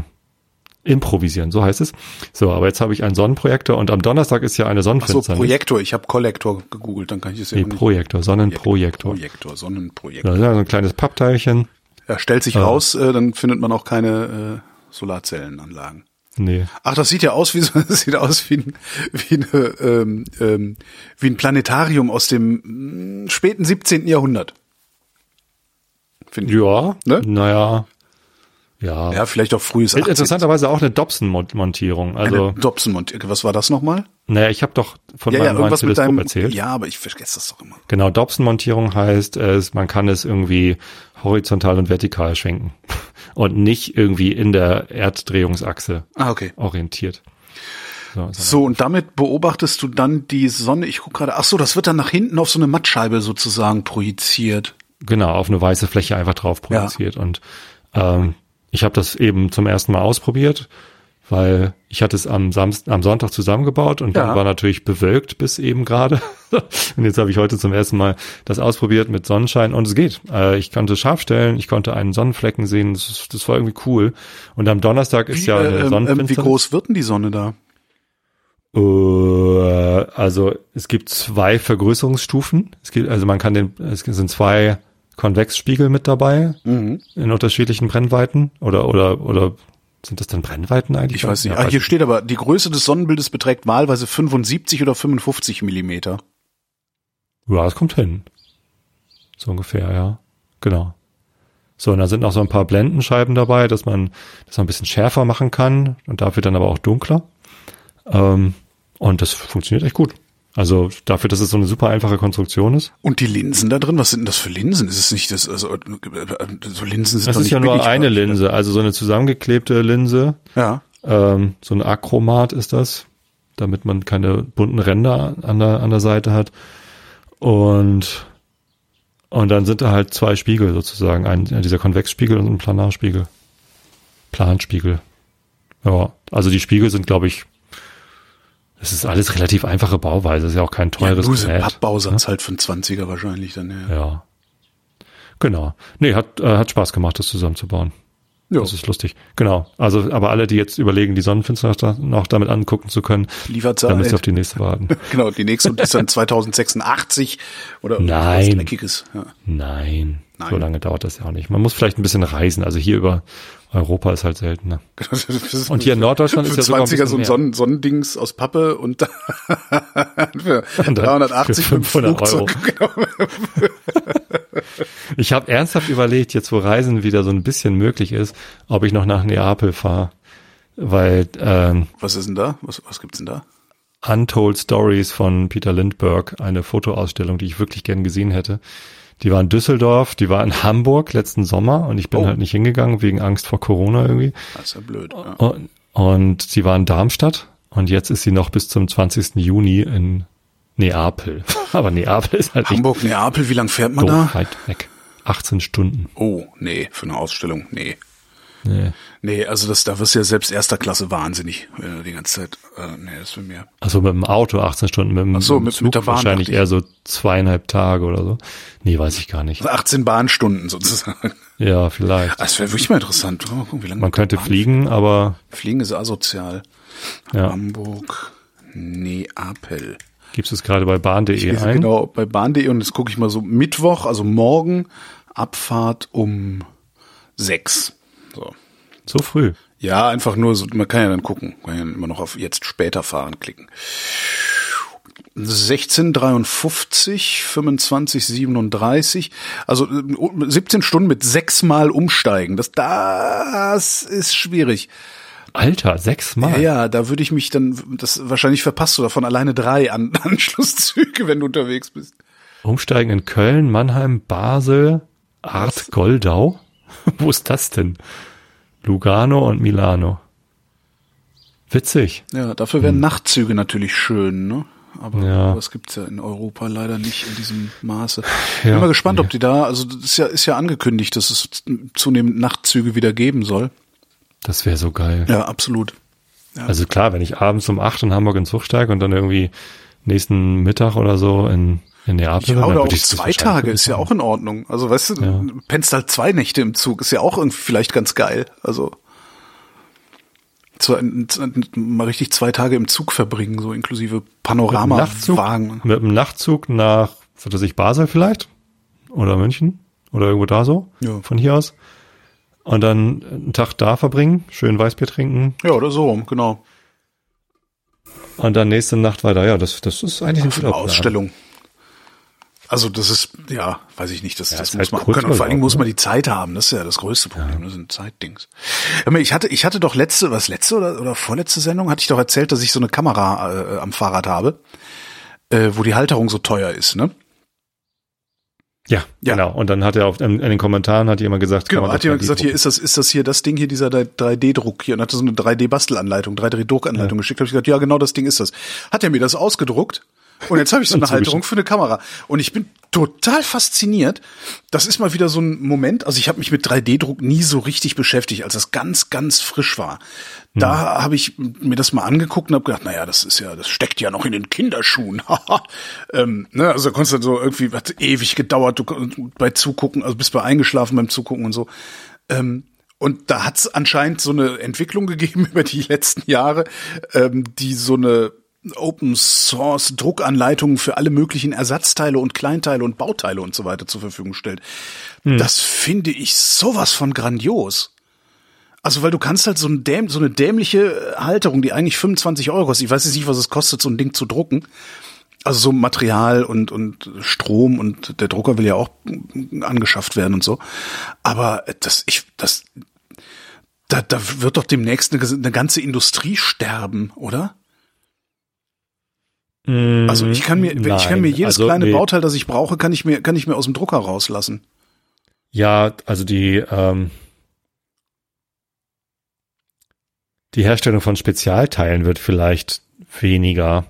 S3: improvisieren, so heißt es. So, aber jetzt habe ich einen Sonnenprojektor und am Donnerstag ist ja eine
S2: So,
S3: Sonnenfinsternis.
S2: Projektor. Ich habe Kollektor gegoogelt, dann kann ich genau. es ja
S3: Nee,
S2: auch nicht-
S3: Projektor, Sonnenprojektor.
S2: Projektor, Sonnenprojektor.
S3: Da ist ja so ein kleines Pappteilchen.
S2: Ja, stellt sich raus, äh, dann findet man auch keine äh, Solarzellenanlagen.
S3: Nee.
S2: Ach, das sieht ja aus wie so, [laughs] das sieht aus wie ein, wie, eine, ähm, ähm, wie ein Planetarium aus dem mh, späten 17. Jahrhundert. Finde ich.
S3: Ja,
S2: Ne?
S3: naja. Ja.
S2: Ja, vielleicht auch frühes 18.
S3: Interessanterweise auch eine Dobson-Montierung. Also,
S2: Eine Dobson und was war das nochmal?
S3: naja, ich habe doch von
S2: Ja, ja,
S3: meinem neuen
S2: irgendwas mit
S3: Teleskop
S2: deinem.
S3: erzählt.
S2: Ja, aber ich vergesse das doch immer.
S3: Genau, Dobson-Montierung heißt, äh, es- man kann es irgendwie horizontal und vertikal schwenken [laughs] und nicht irgendwie in der Erddrehungsachse
S2: Ah, okay.
S3: orientiert. So, so.
S2: So, und damit beobachtest du dann die Sonne. Ich guck gerade, ach so, das wird dann nach hinten auf so eine Mattscheibe sozusagen projiziert.
S3: Genau, auf eine weiße Fläche einfach drauf projiziert. Und ähm, ich habe das eben zum ersten Mal ausprobiert, weil ich hatte es am, Samst am Sonntag zusammengebaut und
S2: Ja.
S3: dann war natürlich bewölkt bis eben gerade. [laughs] und jetzt habe ich heute zum ersten Mal das ausprobiert mit Sonnenschein und es geht. Äh, ich konnte scharf stellen, ich konnte einen Sonnenflecken sehen, das, ist- das war irgendwie cool. Und am Donnerstag ist ja
S2: Äh,
S3: eine
S2: ähm, ähm, wie
S3: Sonnenfinsternis.
S2: groß wird denn die Sonne da?
S3: Äh, also es gibt zwei Vergrößerungsstufen. Es gibt, also man kann den, es sind zwei Konvexspiegel mit dabei in unterschiedlichen Brennweiten oder oder oder sind das dann Brennweiten eigentlich?
S2: Ich weiß nicht.
S3: Ja, also,
S2: ah, hier steht aber, die Größe des Sonnenbildes beträgt wahlweise 75 oder 55 Millimeter.
S3: ja, es kommt hin. So ungefähr, ja. Genau. So, und da sind noch so ein paar Blendenscheiben dabei, dass man das noch ein bisschen schärfer machen kann und dafür dann aber auch dunkler. Ähm, und das funktioniert echt gut. Also dafür, dass es so eine super einfache Konstruktion ist.
S2: Und die Linsen da drin, was sind denn das für Linsen? Ist es nicht das, also, äh, so Linsen sind
S3: Das
S2: doch
S3: ist
S2: nicht
S3: ja nur
S2: billig,
S3: eine
S2: oder?
S3: Linse, also so eine zusammengeklebte Linse.
S2: Ja.
S3: Ähm, so ein Achromat ist das, damit man keine bunten Ränder an der, an der Seite hat. Und, und dann sind da halt zwei Spiegel sozusagen. Ein, dieser Konvexspiegel und ein Planarspiegel. Planspiegel. Ja, also die Spiegel sind, glaube ich, es ist alles relativ einfache Bauweise. ist ja auch kein
S2: Ja,
S3: teures
S2: nur so ein
S3: Gerät. ne?
S2: Pappbausatz halt von 20er wahrscheinlich dann, ja.
S3: Ja. Genau. Nee, hat, äh, hat Spaß gemacht, das zusammenzubauen.
S2: Jo.
S3: Das ist lustig. Genau. Also, aber alle, die jetzt überlegen, die Sonnenfinsternis da- noch damit angucken zu können,
S2: Liefert
S3: dann müsst ihr auf
S2: Zeit.
S3: die nächste
S2: [laughs]
S3: warten.
S2: äh, Genau, die nächste und die ist dann 2086 oder
S3: Nein.
S2: was Dreckiges. Ja.
S3: Nein,
S2: Nein.
S3: So lange dauert das ja auch nicht. Man muss vielleicht ein bisschen reisen. Also hier über Europa ist halt seltener.
S2: Genau, Das ist-
S3: Und hier in Norddeutschland
S2: für
S3: ist ja sogar ein
S2: 20er so ein
S3: bisschen
S2: Sonnen Sonnendings aus Pappe und [laughs] dann für
S3: Und dann
S2: 380
S3: für
S2: mit
S3: 500
S2: Flugzeug. Genau.
S3: Ich habe ernsthaft überlegt, jetzt wo Reisen wieder so ein bisschen möglich ist, ob ich noch nach Neapel fahre. Weil ähm,
S2: Was ist denn da? Was, was gibt's denn da?
S3: Untold Stories von Peter Lindbergh, eine Fotoausstellung, die ich wirklich gern gesehen hätte. Die war in Düsseldorf, die war in Hamburg letzten Sommer und ich bin
S2: Oh.
S3: halt nicht hingegangen wegen Angst vor Corona irgendwie.
S2: Das ist ja blöd. Ja.
S3: Und, und sie war in Darmstadt und jetzt ist sie noch bis zum 20. Juni in Neapel. [laughs] Aber Neapel ist halt
S2: Hamburg, Neapel, wie lang fährt man
S3: echt so
S2: da?
S3: weit weg. 18 Stunden.
S2: Oh, nee, für eine Ausstellung, nee.
S3: Nee.
S2: Nee, also das, da wirst du ja selbst erster Klasse wahnsinnig, wenn du die ganze Zeit, äh, nee, das will mir.
S3: Also mit dem Auto 18 Stunden, mit dem
S2: Ach so, mit- mit
S3: Zug
S2: der Bahn,
S3: wahrscheinlich
S2: dachte ich.
S3: eher so zweieinhalb Tage oder so. Nee, weiß ich gar nicht.
S2: 18 Also Bahnstunden sozusagen.
S3: Ja, vielleicht.
S2: Das wäre wirklich mal interessant. Mal gucken, wie lange
S3: Man könnte
S2: Bahn-
S3: fliegen, aber
S2: Fliegen ist asozial.
S3: Ja.
S2: Hamburg, Neapel.
S3: Gibst du es gerade bei
S2: Ich
S3: bahn.de
S2: lese
S3: ein?
S2: genau bei bahn.de und jetzt gucke ich mal so Mittwoch, also morgen, Abfahrt um sechs. So.
S3: So früh.
S2: Ja, einfach nur so, man kann ja dann gucken, kann ja immer noch auf jetzt später fahren klicken. 1653, 25, 37, also äh, 17 Stunden mit sechsmal umsteigen. Das, das ist schwierig.
S3: Alter, sechsmal.
S2: Ja, da würde ich mich dann, das wahrscheinlich verpasst du davon alleine drei An [laughs] Anschlusszüge, wenn du unterwegs bist.
S3: Umsteigen in Köln, Mannheim, Basel, Art, Goldau. [laughs] Wo ist das denn? Lugano und Milano. Witzig.
S2: Ja, dafür wären Nachtzüge natürlich schön, ne? Aber
S3: Hm. Ja.
S2: das gibt's ja in Europa leider nicht in diesem Maße.
S3: Ja.
S2: Bin mal gespannt, ob die da, also das ist ja, ist ja angekündigt, dass es zunehmend Nachtzüge wieder geben soll.
S3: Das wäre so geil.
S2: Ja, absolut.
S3: Also klar, wenn ich abends um 8 in Hamburg ins Zug steige und dann irgendwie nächsten Mittag oder so in, in Neapel
S2: Ja,
S3: bin, dann
S2: oder auch
S3: würde ich das
S2: zwei
S3: wahrscheinlich
S2: Tage
S3: wirklich
S2: ist ja
S3: machen.
S2: auch in Ordnung. Also weißt du,
S3: Ja.
S2: pennst halt zwei Nächte im Zug, ist ja auch irgendwie vielleicht ganz geil. Also zwei, mal richtig zwei Tage im Zug verbringen, so inklusive Panoramawagen.
S3: Nachtzug, mit einem Nachtzug nach, was weiß ich, Basel vielleicht? Oder München? Oder irgendwo da so?
S2: Ja.
S3: Von hier aus. Und dann einen Tag da verbringen, schön Weißbier trinken
S2: Ja, oder so, rum, genau.
S3: und dann nächste Nacht weiter. Ja, das, das ist eigentlich ein
S2: für
S3: guter
S2: eine
S3: Plan.
S2: Ausstellung. Also das ist, ja, weiß ich nicht, das, das
S3: ist
S2: muss
S3: halt
S2: man
S3: kurz
S2: können. Und vor allen Dingen
S3: mal
S2: muss
S3: drauf,
S2: man die Zeit haben, das ist ja das größte Problem, das sind Zeitdings. Hör mal, Ich hatte, ich hatte doch letzte, was letzte oder, oder vorletzte Sendung, hatte ich doch erzählt, dass ich so eine Kamera äh, am Fahrrad habe, äh, wo die Halterung so teuer ist, ne?
S3: Ja,
S2: Ja.
S3: genau. Und dann hat er auf, in, in den Kommentaren hat jemand gesagt, kann
S2: Genau,
S3: man
S2: hat
S3: doch
S2: jemand
S3: 3D
S2: gesagt, hier
S3: drucken.
S2: ist das, ist das hier das Ding hier, dieser 3D-Druck hier und hatte so eine 3D-Bastelanleitung, 3D-Druckanleitung geschickt. Habe ich gesagt, ja, genau das Ding ist das. Hat er mir das ausgedruckt und jetzt habe ich so eine Halterung für eine Kamera. Und ich bin total fasziniert. Das ist mal wieder so ein Moment. Also ich habe mich mit 3D-Druck nie so richtig beschäftigt, als das ganz, ganz frisch war. Da habe ich mir das mal angeguckt und habe gedacht, naja, das ist ja, das steckt ja noch in den Kinderschuhen. [laughs] ähm, ne, also da konntest du so irgendwie, hat ewig gedauert, du kon- bei Zugucken, also bist bei eingeschlafen beim Zugucken und so. Und da hat es anscheinend so eine Entwicklung gegeben [laughs] über die letzten Jahre, ähm, die so eine Open Source Druckanleitung für alle möglichen Ersatzteile und Kleinteile und Bauteile und so weiter zur Verfügung stellt. Das finde ich sowas von grandios. Also, weil du kannst halt so, ein däm so eine dämliche Halterung, die eigentlich 25 Euro ist, ich weiß jetzt nicht, was es kostet, so ein Ding zu drucken. Also so Material und, und Strom und der Drucker will ja auch angeschafft werden und so. Aber das, ich, das, da, da wird doch demnächst eine, ges- eine ganze Industrie sterben, oder?
S3: Mm,
S2: Also ich kann mir, wenn ich kann
S3: nein.
S2: mir jedes
S3: Also,
S2: kleine
S3: nee.
S2: Bauteil, das ich brauche, kann ich mir, kann ich mir aus dem Drucker rauslassen.
S3: Ja, also die, ähm, die Herstellung von Spezialteilen wird vielleicht weniger.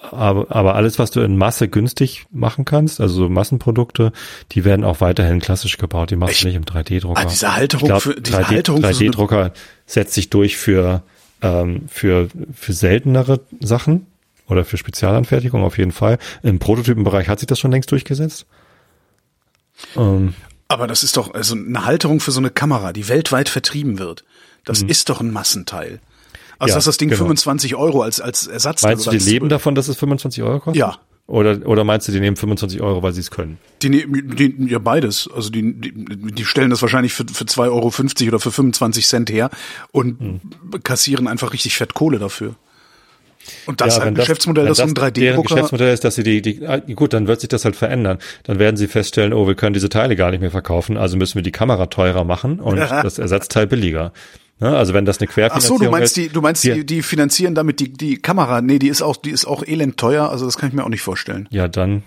S3: Aber, aber alles, was du in Masse günstig machen kannst, also so Massenprodukte, die werden auch weiterhin klassisch gebaut. Die machst
S2: Echt?
S3: du nicht im 3D-Drucker.
S2: Ah, diese Halterung
S3: Oh ich glaub,
S2: für- diese
S3: 3D,
S2: Halterung für so eine-
S3: 3D-Drucker setzt sich durch für, ähm, für, für seltenere Sachen oder für Spezialanfertigung auf jeden Fall. Im Prototypenbereich hat sich das schon längst durchgesetzt. Ähm,
S2: Aber das ist doch also eine Halterung für so eine Kamera, die weltweit vertrieben wird. Das ist doch ein Massenteil. Also
S3: Mhm. Ja,
S2: dass das Ding
S3: genau.
S2: 25 Euro als als Ersatzteil
S3: Meinst du,
S2: oder
S3: die
S2: als-
S3: leben davon, dass es 25 Euro kostet?
S2: Also Ja.
S3: Oder, oder meinst du, die nehmen 25 Euro, weil sie es können?
S2: Die, ne- die, ja, beides. Also die, die, die stellen das wahrscheinlich für, für 2,50 Euro oder für 25 Cent her und
S3: Hm.
S2: kassieren einfach richtig fett Kohle dafür. Und das ist halt ein
S3: wenn
S2: Geschäftsmodell,
S3: wenn
S2: das, um
S3: Deren
S2: 3D-Drucker.
S3: Geschäftsmodell ist, dass sie die, die, ah, gut, dann wird sich das halt verändern. Dann werden sie feststellen, oh, wir können diese Teile gar nicht mehr verkaufen, also müssen wir die Kamera teurer machen
S2: [laughs]
S3: und das Ersatzteil billiger. Ne? Also wenn das eine
S2: Ach
S3: Querfinanzierung
S2: so, du meinst
S3: ist,
S2: die, du meinst die, die finanzieren damit die, die Kamera. Nee, die ist auch, die ist auch elend teuer. Also das kann ich mir auch nicht vorstellen.
S3: Ja, dann,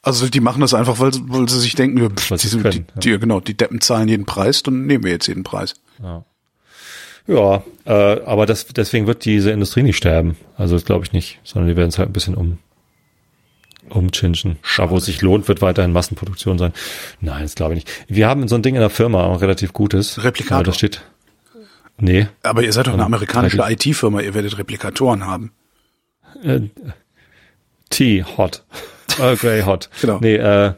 S2: Also die machen das einfach, weil, weil sie sich denken, ja, pff,
S3: Weil
S2: die,
S3: sie's
S2: sind,
S3: können,
S2: die, die, genau, die Deppen zahlen jeden Preis, dann nehmen wir jetzt jeden Preis.
S3: ja, äh, aber das, deswegen wird diese Industrie nicht sterben. Also das glaube ich nicht, sondern die werden es halt ein bisschen um, umchinschen. Da, wo es sich lohnt, wird weiterhin Massenproduktion sein. Nein, das glaube ich nicht. Wir haben so ein Ding in der Firma, auch relativ gutes.
S2: Replikator.
S3: Aber Das steht, nee,
S2: Aber ihr seid doch eine amerikanische
S3: 3D.
S2: IT-Firma, ihr werdet Replikatoren haben.
S3: äh, Tea
S2: [laughs]
S3: Hot. Earl Grey Hot.
S2: Genau.
S3: Nee, äh,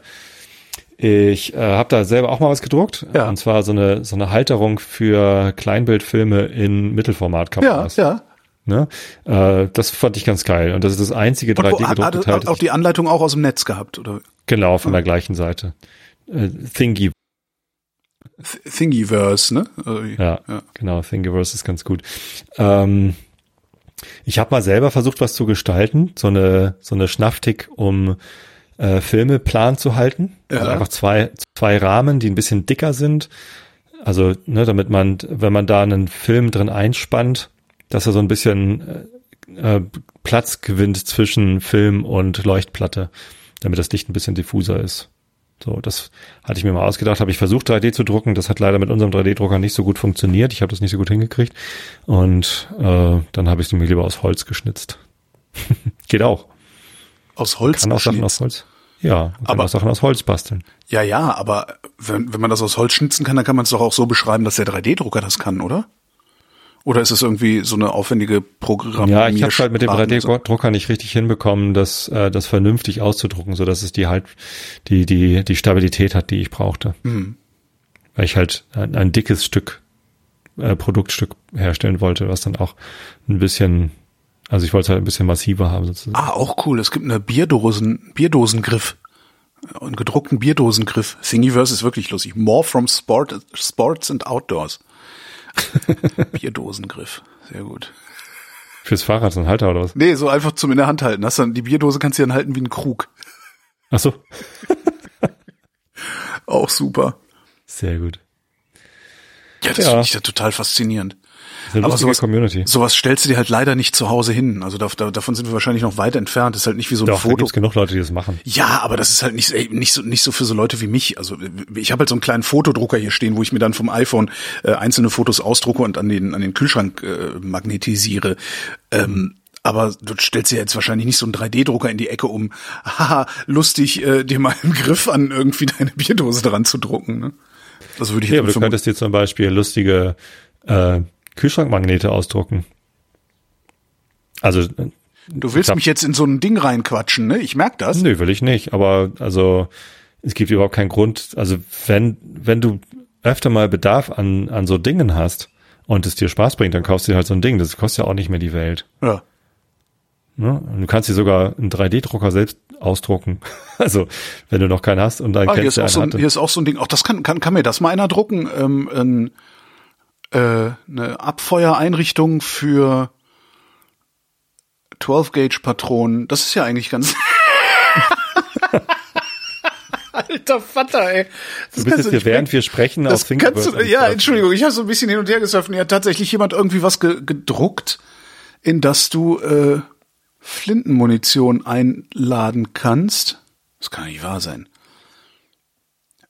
S3: ich äh, habe da selber auch mal was gedruckt.
S2: Ja.
S3: Und zwar so eine, so eine Halterung für Kleinbildfilme in Mittelformat
S2: Ja, ja.
S3: Ne? Äh, das fand ich ganz geil. Und das ist das einzige
S2: Und wo,
S3: 3D-gedruckte
S2: hat,
S3: Teil.
S2: hat
S3: das
S2: auch
S3: ich-
S2: die Ah. Anleitung auch aus dem Netz gehabt, oder?
S3: halt. Genau, von der gleichen Seite. Äh, Thingy,
S2: Th- Thingiverse, ne? Also,
S3: ja,
S2: Ja.
S3: genau, Thingiverse ist ganz gut. Ähm, ich habe mal selber versucht, was zu gestalten, so eine, so eine Schnaftik, um äh, Filme plan zu halten. Also
S2: Ja.
S3: einfach zwei, zwei Rahmen, die ein bisschen dicker sind. Also, ne, damit man, wenn man da einen Film drin einspannt, dass er so ein bisschen äh, äh, Platz gewinnt zwischen Film und Leuchtplatte, damit das Licht ein bisschen diffuser ist. So, das hatte ich mir mal ausgedacht, habe ich versucht 3D zu drucken, das hat leider mit unserem 3D-Drucker nicht so gut funktioniert, ich habe das nicht so gut hingekriegt und äh, dann habe ich es mir lieber aus Holz geschnitzt. [laughs] Geht auch,
S2: Aus Holz
S3: kann auch Sachen
S2: geschnitzt.
S3: aus Holz. Ja, man kann
S2: Aber-
S3: auch Sachen aus Holz basteln.
S2: Ja, ja, aber wenn, wenn man das aus Holz schnitzen kann, dann kann man es doch auch so beschreiben, dass der 3D-Drucker das kann, oder? Oder ist es irgendwie so eine aufwendige Programmierung?
S3: Ja, ich habe halt mit dem 3D-Drucker nicht richtig hinbekommen, das, äh, das vernünftig auszudrucken, so dass es die halt die die die Stabilität hat, die ich brauchte,
S2: Mhm.
S3: weil ich halt ein, ein dickes Stück äh, Produktstück herstellen wollte, was dann auch ein bisschen, also ich wollte es halt ein bisschen massiver haben sozusagen.
S2: Ah, auch cool. Es gibt eine Bierdosen, Bierdosengriff. äh, Einen gedruckten Bierdosengriff. Thingiverse ist wirklich lustig. More from Sport, Sports and Outdoors. [laughs] Bierdosengriff. Sehr gut.
S3: Fürs Fahrrad so ein Halter oder was?
S2: Nee, so einfach zum in der Hand halten. Hast dann, die Bierdose kannst du dann halten wie einen Krug. [laughs]
S3: Ach so.
S2: Auch super.
S3: Sehr gut.
S2: Ja, das
S3: Ja.
S2: finde ich ja total faszinierend.
S3: Das ist eine
S2: Aber
S3: lustige
S2: sowas-
S3: Community.
S2: Sowas stellst du dir halt leider nicht zu Hause hin. Also da, da, davon sind wir wahrscheinlich noch weit entfernt. Das ist halt nicht wie so ein
S3: Doch, da
S2: Foto.
S3: gibt's genug Leute, die das machen.
S2: Ja, aber das ist halt nicht, ey, nicht so nicht so für so Leute wie mich. Also ich habe halt so einen kleinen Fotodrucker hier stehen, wo ich mir dann vom iPhone äh, einzelne Fotos ausdrucke und an den an den Kühlschrank äh, magnetisiere. Ähm, aber du stellst dir jetzt wahrscheinlich nicht so einen 3D-Drucker in die Ecke um. Haha, lustig, äh, dir mal einen Griff an irgendwie deine Bierdose dran zu drucken. Ne? Das würde ich
S3: Ja,
S2: jetzt
S3: aber du
S2: vermuten.
S3: könntest dir zum Beispiel lustige äh, Kühlschrankmagnete ausdrucken. Also
S2: Du willst
S3: Ja.
S2: mich jetzt in so ein Ding reinquatschen, ne? Ich merk das.
S3: Nö, will ich nicht. Aber also es gibt überhaupt keinen Grund. Also wenn wenn du öfter mal Bedarf an an so Dingen hast und es dir Spaß bringt, dann kaufst du dir halt so ein Ding. Das kostet ja auch nicht mehr die Welt.
S2: Ja.
S3: Ne? Und du kannst dir sogar einen 3D-Drucker selbst ausdrucken. [laughs] Also wenn du noch keinen hast und dann
S2: Ah, hier,
S3: kennst
S2: ist
S3: du
S2: auch
S3: einen
S2: so ein,
S3: hatte.
S2: hier ist auch so ein Ding. Auch das kann, kann, kann mir das mal einer drucken. Ähm, ein, äh, eine Abfeuereinrichtung für 12-Gauge-Patronen. Das ist ja eigentlich ganz. [laughs] Alter Vater, ey. Das kannst
S3: du bist jetzt hier,
S2: nicht bringen.
S3: während wir sprechen,
S2: Das
S3: auf
S2: kannst du,
S3: Thingiverse
S2: ja,
S3: angestarrt.
S2: Entschuldigung, ich habe so ein bisschen hin und her gesurft. Mir hat tatsächlich jemand irgendwie was ge gedruckt, in das du äh, Flintenmunition einladen kannst. Das kann nicht wahr sein.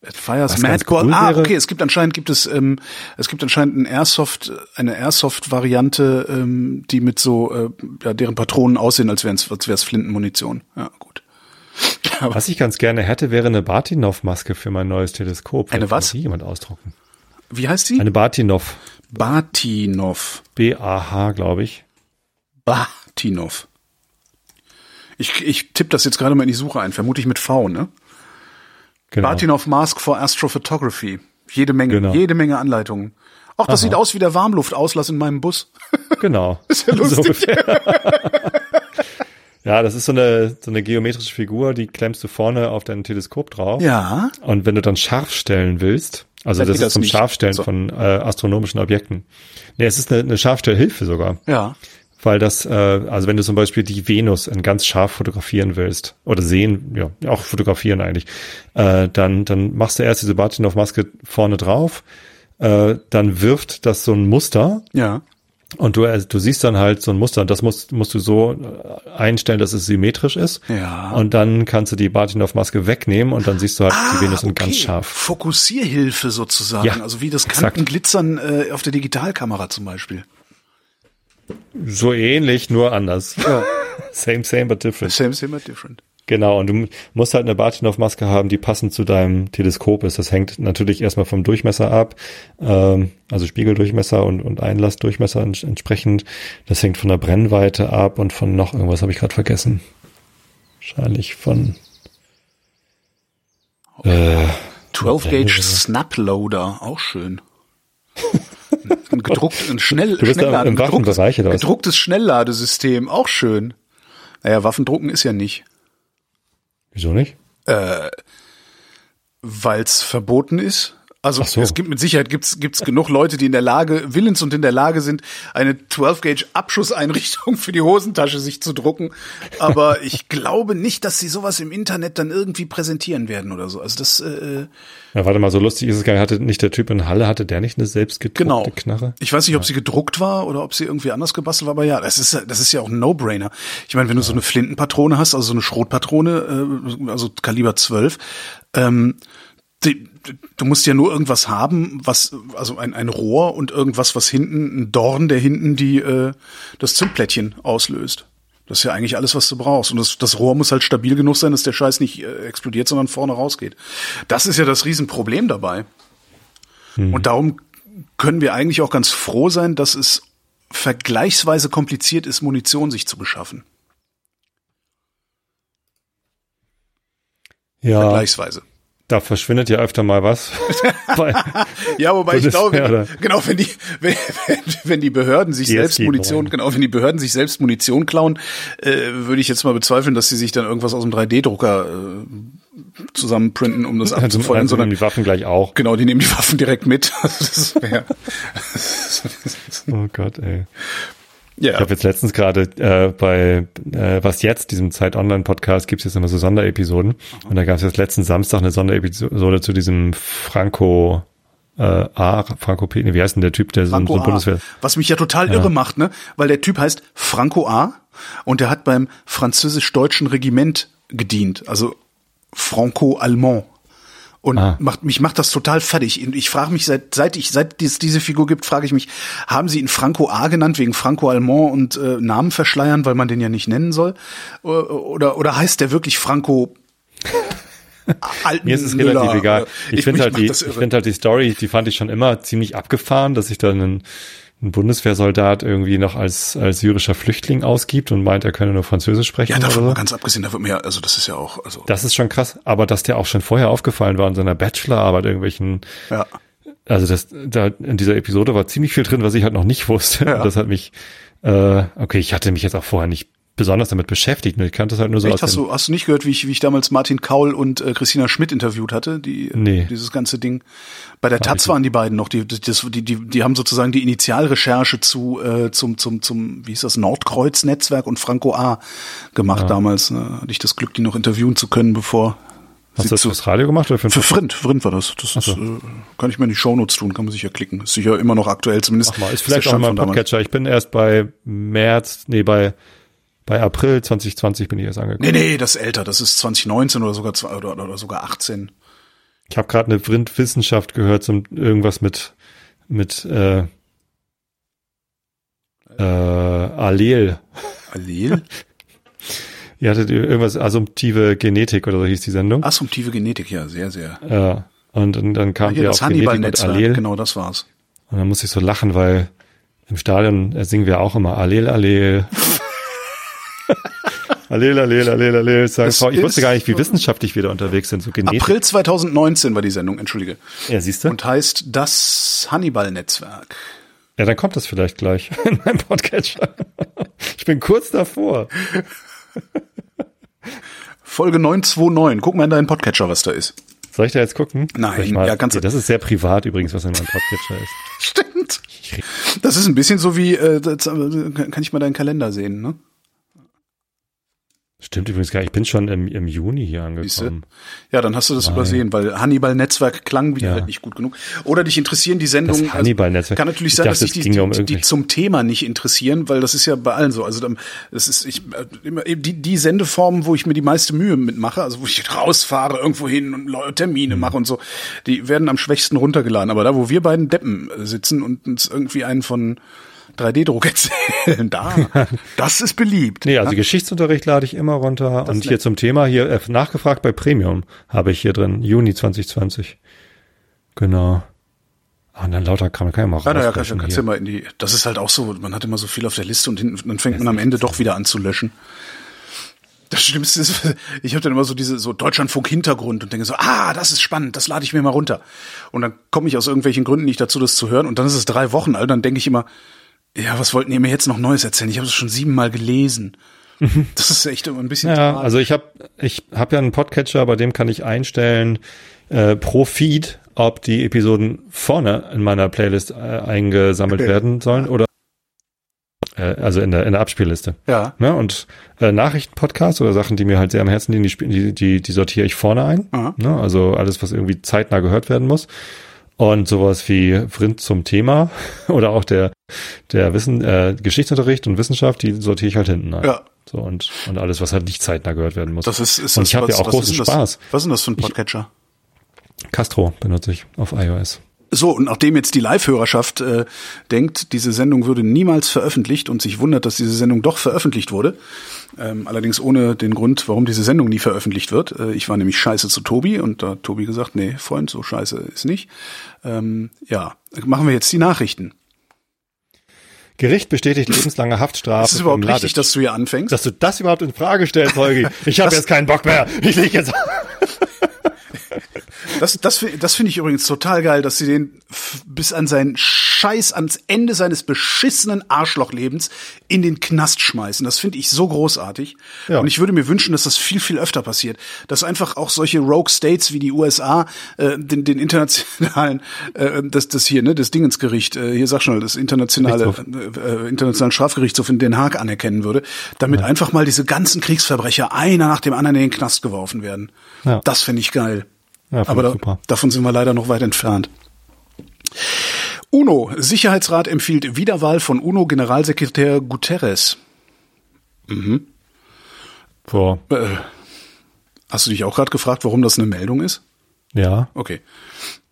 S2: It fires
S3: Was
S2: Mad
S3: ganz
S2: Gold.
S3: cool
S2: ah,
S3: wäre-
S2: okay, es gibt anscheinend gibt es ähm, es gibt anscheinend ein Airsoft eine Airsoft Variante, ähm, die mit so äh, ja, deren Patronen aussehen, als wären als wär's Flintenmunition. Ja, gut. Aber
S3: Was ich ganz gerne hätte, wäre eine Bartinov-Maske für mein neues Teleskop.
S2: Eine
S3: Vielleicht
S2: was?
S3: kann die jemand ausdrucken.
S2: wie heißt die?
S3: Eine Bartinov.
S2: Batinov.
S3: B-A-H, glaube ich.
S2: Batinov. Ich, ich tippe das jetzt gerade mal in die Suche ein, vermutlich mit V, ne?
S3: Genau.
S2: Batinov Mask for Astrophotography. Jede Menge,
S3: Genau.
S2: jede Menge Anleitungen. Ach, das sieht aus wie der Warmluftauslass in meinem Bus.
S3: Genau.
S2: [laughs] Ist ja lustig.
S3: ungefähr. [laughs] ja, das ist so eine, so eine geometrische Figur, die klemmst du vorne auf dein Teleskop drauf.
S2: Ja.
S3: Und wenn du dann scharf stellen willst, also
S2: Dann
S3: das
S2: geht
S3: ist
S2: das
S3: zum
S2: nicht.
S3: Scharfstellen
S2: So.
S3: von äh, astronomischen Objekten. Nee, es ist eine, eine Scharfstellhilfe sogar.
S2: Ja.
S3: Weil das, äh, also wenn du zum Beispiel die Venus in ganz scharf fotografieren willst oder sehen, ja, auch fotografieren eigentlich, äh, dann, dann machst du erst diese Bartinov-Maske vorne drauf, äh, dann wirft das so ein Muster
S2: Ja.
S3: und du, also du siehst dann halt so ein Muster und das musst, musst du so äh, einstellen, dass es symmetrisch ist.
S2: Ja.
S3: Und dann kannst du die Bartinov-Maske wegnehmen und dann siehst du halt die Venus in ganz scharf.
S2: Fokussierhilfe sozusagen.
S3: Ja,
S2: also wie das
S3: exakt.
S2: Kantenglitzern äh, auf der Digitalkamera zum Beispiel.
S3: So ähnlich, nur anders. [laughs] same, same, but different.
S2: Same, same, but different.
S3: Genau, und du m- musst halt eine Bartinov-Maske haben, die passend zu deinem Teleskop ist. Das hängt natürlich erstmal vom Durchmesser ab, ähm, also Spiegeldurchmesser und, und Einlassdurchmesser ents- entsprechend. Das hängt von der Brennweite ab und von noch irgendwas habe ich gerade vergessen. Wahrscheinlich von
S2: 12 Gauge Snaploader, auch schön. ein gedruckt, ein schnell,
S3: Du bist da
S2: Schnellladen-
S3: im Waffenbereich, oder was?
S2: gedrucktes Schnellladesystem, auch schön. Naja, Waffendrucken ist ja nicht,
S3: Wieso nicht?
S2: weil's verboten ist. Also
S3: Ach so.
S2: es gibt mit Sicherheit gibt's gibt's genug Leute, die in der Lage, willens und in der Lage sind, eine 12 Gauge Abschusseinrichtung [laughs] für die Hosentasche sich zu drucken, aber ich glaube nicht, dass sie sowas im Internet dann irgendwie präsentieren werden oder so. Also das äh,
S3: Ja, warte mal, so lustig ist es gar nicht. Hatte nicht der Typ in Halle, hatte der nicht eine selbstgedruckte
S2: Genau.
S3: Knarre?
S2: Ich weiß nicht, ob sie gedruckt war oder ob sie irgendwie anders gebastelt war, aber ja, das ist, das ist ja auch ein No-Brainer. Ich meine, wenn du so eine Flintenpatrone hast, also so eine Schrotpatrone, äh, also Kaliber 12, ähm, die, du musst ja nur irgendwas haben, was, also ein, ein Rohr und irgendwas, was hinten, ein Dorn, der hinten die, äh, das Zündplättchen auslöst. Das ist ja eigentlich alles, was du brauchst. Und das, das Rohr muss halt stabil genug sein, dass der Scheiß nicht äh, explodiert, sondern vorne rausgeht. Das ist ja das Riesenproblem dabei.
S3: Mhm.
S2: Und darum können wir eigentlich auch ganz froh sein, dass es vergleichsweise kompliziert ist, Munition sich zu beschaffen.
S3: Ja,
S2: Vergleichsweise.
S3: da verschwindet ja öfter
S2: [laughs]
S3: mal was. Bei-
S2: Ja, wobei ich
S3: Das
S2: glaube,
S3: wär
S2: wenn,
S3: da-
S2: genau, wenn die, [laughs] wenn, wenn, wenn die Behörden sich
S3: DSG
S2: selbst Munition,
S3: brauchen.
S2: genau, wenn die Behörden sich selbst Munition klauen, äh, würde ich jetzt mal bezweifeln, dass sie sich dann irgendwas aus dem 3D-Drucker äh, zusammenprinten, um das
S3: [laughs] also,
S2: abzufeuern,
S3: also nehmen
S2: sondern
S3: die Waffen gleich auch.
S2: genau, die nehmen die Waffen direkt mit. [laughs] Das wär,
S3: Oh Gott, ey. Ich
S2: ja.
S3: habe jetzt letztens gerade äh, bei äh, Was jetzt, diesem Zeit Online Podcast, gibt es jetzt immer so Sonderepisoden. Und da gab es jetzt letzten Samstag eine Sonderepisode zu diesem Franco äh, A, Franco P, nee, wie heißt denn der Typ, der so, so
S2: Franco
S3: ein
S2: A.
S3: Bundeswehr...
S2: Was mich ja total irre macht, ne? Weil der Typ heißt Franco A. und der hat beim französisch-deutschen Regiment gedient, also Franco-Allemand. Und
S3: Ah.
S2: macht, mich macht das total fertig. Und ich frage mich, seit, seit ich, seit es diese Figur gibt, frage ich mich, haben sie ihn Franco A genannt, wegen Franco Allemand und äh, Namen verschleiern, weil man den ja nicht nennen soll? O- Oder, oder heißt der wirklich
S3: [laughs]
S2: Franco Alten Äh,
S3: Mir ist es relativ egal. Ich, finde halt, die- ich find halt die Story, die fand ich schon immer ziemlich abgefahren, dass sich dann ein, ein Bundeswehrsoldat irgendwie noch als, als syrischer Flüchtling ausgibt und meint, er könne nur Französisch sprechen.
S2: Ja, davon mal
S3: oder so.
S2: ganz abgesehen, da wird mir ja, also das ist ja auch, also
S3: Das ist schon krass. Aber dass der auch schon vorher aufgefallen war in seiner Bachelorarbeit irgendwelchen,
S2: ja.
S3: also das, da in dieser Episode war ziemlich viel drin, was ich halt noch nicht wusste.
S2: Ja.
S3: Das hat mich, äh, okay, ich hatte mich jetzt auch vorher nicht besonders damit beschäftigt. Ich kannte es halt nur so
S2: Echt,
S3: aus
S2: hast
S3: dem,
S2: du, hast du nicht gehört, wie ich, wie ich damals Martin Kaul und äh, Christina Schmidt interviewt hatte, die
S3: Nee.
S2: dieses ganze Ding. Bei der Taz waren die beiden noch, die, die, das- die, die, die haben sozusagen die Initialrecherche zu äh, zum, zum, zum, wie hieß das, Nordkreuz-Netzwerk und Franco A gemacht damals. Ne? Hatte ich das Glück, die noch interviewen zu können, bevor
S3: hast du das
S2: zu.
S3: fürs Radio gemacht oder für
S2: Für Frind, Frind war das. Das ist, äh, kann ich mir in die Shownotes tun, kann man sich ja klicken. Ist sicher immer noch aktuell, zumindest.
S3: Mach mal, ist
S2: der
S3: vielleicht auch
S2: Stand
S3: mal
S2: von
S3: ein
S2: damals.
S3: Podcatcher. Ich bin erst bei März, nee, bei, bei April 2020 bin ich erst angekommen.
S2: Nee, nee, das ist älter, das ist 2019 oder sogar zwei- oder, oder sogar 18.
S3: Ich habe gerade eine Printwissenschaft gehört, zum irgendwas mit, mit, äh, äh, Allel.
S2: Allel?
S3: Ihr hattet irgendwas assumptive Genetik oder so hieß die Sendung.
S2: Assumptive Genetik, ja, sehr, sehr.
S3: Äh, und, und dann kam
S2: Hier
S3: wir
S2: das
S3: auf Genetik und
S2: Hannibal-Netzwerk,
S3: Allel.
S2: genau das war's.
S3: Und dann musste ich so lachen, weil im Stadion äh, singen wir auch immer Allel,
S2: [laughs]
S3: Allel. Allel, Allel, Allel, Allel. Sag,
S2: Es
S3: Frau, ich wusste
S2: ist-
S3: gar nicht, wie wissenschaftlich wir da unterwegs sind. So Genetik.
S2: April 2019 war die Sendung, entschuldige.
S3: Ja, siehst du?
S2: Und heißt das Hannibal-Netzwerk.
S3: Ja, dann kommt das vielleicht gleich [laughs] in meinem Podcatcher. Ich bin kurz davor.
S2: Folge 929. Guck mal in deinen Podcatcher, was da ist.
S3: Soll ich da jetzt gucken?
S2: Nein,
S3: Soll ich mal,
S2: ja, kannst du-
S3: Nee, das ist sehr privat übrigens, was in meinem Podcatcher ist.
S2: Stimmt. Das ist ein bisschen so wie, äh, das, äh, kann ich mal deinen Kalender sehen, ne?
S3: Stimmt übrigens gar nicht. Ich bin schon im, im Juni hier
S2: Siehste?
S3: angekommen.
S2: Ja, dann hast du das übersehen, weil Hannibal-Netzwerk klang wieder
S3: Ja.
S2: halt nicht gut genug. Oder dich interessieren die Sendungen. also
S3: Das Hannibal-Netzwerk.
S2: Kann natürlich
S3: Ich
S2: sein,
S3: dachte,
S2: dass sich
S3: es
S2: die,
S3: ging ja um
S2: die, die
S3: irgendwelche-
S2: zum Thema nicht interessieren, weil das ist ja bei allen so. Also dann- das ist ich, äh, immer eben die, die Sendeformen, wo ich mir die meiste Mühe mitmache, also wo ich rausfahre irgendwo hin und Leu-
S3: Mhm.
S2: Termine mache und so, die werden am schwächsten runtergeladen. Aber da, wo wir beiden Deppen äh, sitzen und uns irgendwie einen von 3D-Druck [laughs] erzählen,
S3: [laughs]
S2: da, das ist beliebt.
S3: Nee, also Geschichtsunterricht lade ich immer runter. Und hier zum Thema hier äh, nachgefragt bei Premium habe ich hier drin. Juni 2020. Genau. Ah, und dann lauter Kram. Da kann ich mal
S2: Ah, Ja, naja, kannst,
S3: rausrechnen
S2: kannst
S3: hier.
S2: ja mal in die. Das ist halt auch so, man hat immer so viel auf der Liste und hinten, dann fängt man am Ende doch wieder an zu löschen. Das Schlimmste ist, [laughs] ich habe dann immer so diese so Deutschlandfunk-Hintergrund und denke so, ah, das ist spannend, das lade ich mir mal runter. Und dann komme ich aus irgendwelchen Gründen nicht dazu, das zu hören. Und dann ist es drei Wochen alt. Dann denke ich immer, ja, was wollten ihr mir jetzt noch Neues erzählen? Ich habe es schon siebenmal
S3: [laughs]
S2: gelesen. Das ist echt immer ein bisschen.
S3: Ja,
S2: dramatisch.
S3: also ich habe ich hab ja einen Podcatcher, bei dem kann ich einstellen äh, pro Feed, ob die Episoden vorne in meiner Playlist äh, eingesammelt werden sollen oder äh, also in der, in der Abspielliste.
S2: ja.
S3: Ne? Und äh, Nachrichtenpodcasts oder Sachen, die mir halt sehr am Herzen liegen, die, spiel- die, die, die sortiere ich vorne ein.
S2: Aha.
S3: Ne? Also alles, was irgendwie zeitnah gehört werden muss. Und sowas wie Rind zum Thema [laughs] oder auch der, der Wissen, äh, Geschichtsunterricht und Wissenschaft, die sortiere ich halt hinten ein.
S2: Ja.
S3: So und, und alles, was halt nicht zeitnah gehört werden muss.
S2: Das ist, ist
S3: und
S2: das,
S3: ich habe ja
S2: was-
S3: auch
S2: was
S3: großen
S2: ist denn Das,
S3: Spaß.
S2: was ist denn das für ein Podcatcher?
S3: Castro benutze ich auf iOS.
S2: So, und nachdem jetzt die Live-Hörerschaft äh, denkt, diese Sendung würde niemals veröffentlicht und sich wundert, dass diese Sendung doch veröffentlicht wurde, ähm, allerdings ohne den Grund, warum diese Sendung nie veröffentlicht wird. Äh, ich war nämlich scheiße zu Tobi und da hat Tobi gesagt, nee, Freund, so scheiße ist nicht. Ähm, ja, machen wir jetzt die Nachrichten.
S3: Gericht bestätigt lebenslange Haftstrafe.
S2: Ist es überhaupt
S3: im
S2: richtig,
S3: Ladic.
S2: dass du hier anfängst?
S3: dass du das überhaupt in Frage stellst, Holgi? Ich habe jetzt keinen Bock mehr. Ich
S2: [laughs]
S3: leg jetzt
S2: Das, das, fi- das finde ich übrigens total geil, dass sie den f- bis an seinen Scheiß, ans Ende seines beschissenen Arschlochlebens in den Knast schmeißen. Das finde ich so großartig.
S3: Ja.
S2: Und ich würde mir wünschen, dass das viel, viel öfter passiert. Dass einfach auch solche Rogue States wie die USA, äh, den, den internationalen, [laughs] äh, das, das hier, ne, das Dingensgericht, äh, hier sag schon, das internationale, äh, äh, internationalen Strafgerichtshof in Den Haag anerkennen würde, damit einfach mal diese ganzen Kriegsverbrecher einer nach dem anderen in den Knast geworfen werden.
S3: Ja.
S2: Das finde ich geil.
S3: Ja, find
S2: Aber
S3: ich
S2: da,
S3: super.
S2: davon sind wir leider noch weit entfernt. UNO, Sicherheitsrat empfiehlt Wiederwahl von UNO-Generalsekretär Guterres.
S3: Boah,
S2: Äh, hast du dich auch gerade gefragt, warum das eine Meldung ist?
S3: ja.
S2: Okay.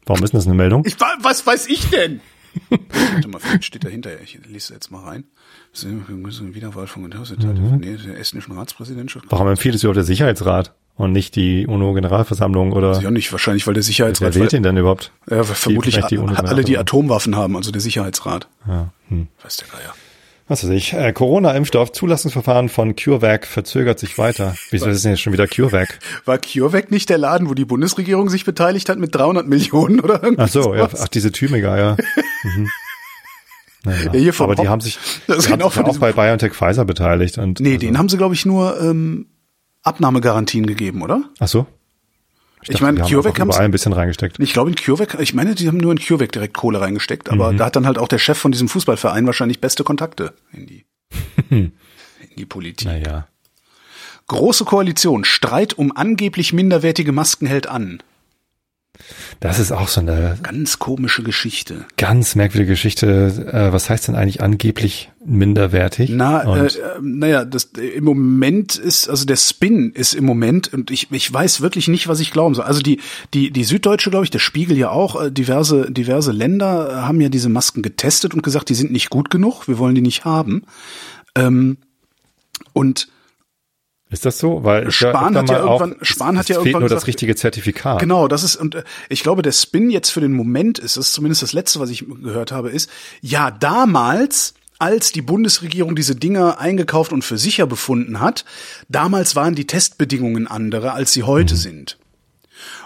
S3: Warum ist denn das eine Meldung?
S2: Ich, wa- was weiß ich denn? [laughs] Warte mal, vielleicht steht dahinter. Ich lese jetzt mal rein. Wiederwahl von Guterres,
S3: Mhm.
S2: nee, der estnischen Ratspräsidentschaft.
S3: Warum empfiehlt es überhaupt der Sicherheitsrat und nicht die UNO-Generalversammlung oder
S2: Ja, nicht wahrscheinlich, weil der
S3: wer
S2: Sicherheitsrat.
S3: wählt den denn überhaupt?
S2: ja, vermutlich
S3: vielleicht die UNO
S2: alle, die
S3: Generalversammlung.
S2: Atomwaffen haben, also der Sicherheitsrat.
S3: Ja. Hm.
S2: Weiß der Geier.
S3: Was weiß ich. Äh, Corona-Impfstoff, Zulassungsverfahren von CureVac verzögert sich weiter. Wieso ist denn jetzt schon
S2: [laughs]
S3: wieder CureVac?
S2: War CureVac nicht der Laden, wo die Bundesregierung sich beteiligt hat mit 300 Millionen oder
S3: Ach
S2: irgendwas?
S3: so, ja, ach, diese Thümiger, ja. Mhm. Naja.
S2: Ja, [laughs] hier vom
S3: Aber die
S2: Hop-
S3: haben sich,
S2: [laughs] Das
S3: die haben
S2: ist
S3: sich
S2: genau
S3: auch
S2: von diesem-
S3: bei BioNTech Pfizer beteiligt. Und
S2: Nee,
S3: also,
S2: denen haben sie, glaube ich, nur ähm, Abnahmegarantien gegeben, oder?
S3: Ach so.
S2: Ich meine,
S3: die haben
S2: CureVac
S3: einfach
S2: haben's-
S3: überall ein bisschen reingesteckt.
S2: Ich glaube, in CureVac, ich meine, die haben nur in CureVac direkt Kohle reingesteckt,
S3: Mhm.
S2: aber da hat dann halt auch der Chef von diesem Fußballverein wahrscheinlich beste Kontakte in die, in die Politik.
S3: Hm, Naja.
S2: Große Koalition, Streit um angeblich minderwertige Masken hält an.
S3: Das ist auch so eine
S2: Ganz komische Geschichte.
S3: ganz merkwürdige Geschichte. Äh, was heißt denn eigentlich angeblich minderwertig?
S2: Na, äh,
S3: Und-
S2: äh, naja, das äh, im Moment ist, also der Spin ist im Moment und ich, ich weiß wirklich nicht, was ich glauben soll. Also die die die Süddeutsche, glaube ich, der Spiegel ja auch, äh, diverse diverse Länder äh, haben ja diese Masken getestet und gesagt, die sind nicht gut genug, wir wollen die nicht haben. Ähm, und
S3: ist das so? Weil ich hör
S2: Spahn
S3: öfter
S2: hat ja
S3: mal auch,
S2: irgendwann- Spahn
S3: es,
S2: hat ja
S3: es fehlt
S2: irgendwann
S3: nur das
S2: gesagt-
S3: richtige Zertifikat.
S2: Genau, das ist, und äh, ich glaube, der Spin jetzt für den Moment ist, das ist zumindest das Letzte, was ich gehört habe, ist, ja, damals, als die Bundesregierung diese Dinger eingekauft und für sicher befunden hat, damals waren die Testbedingungen andere, als sie heute sind.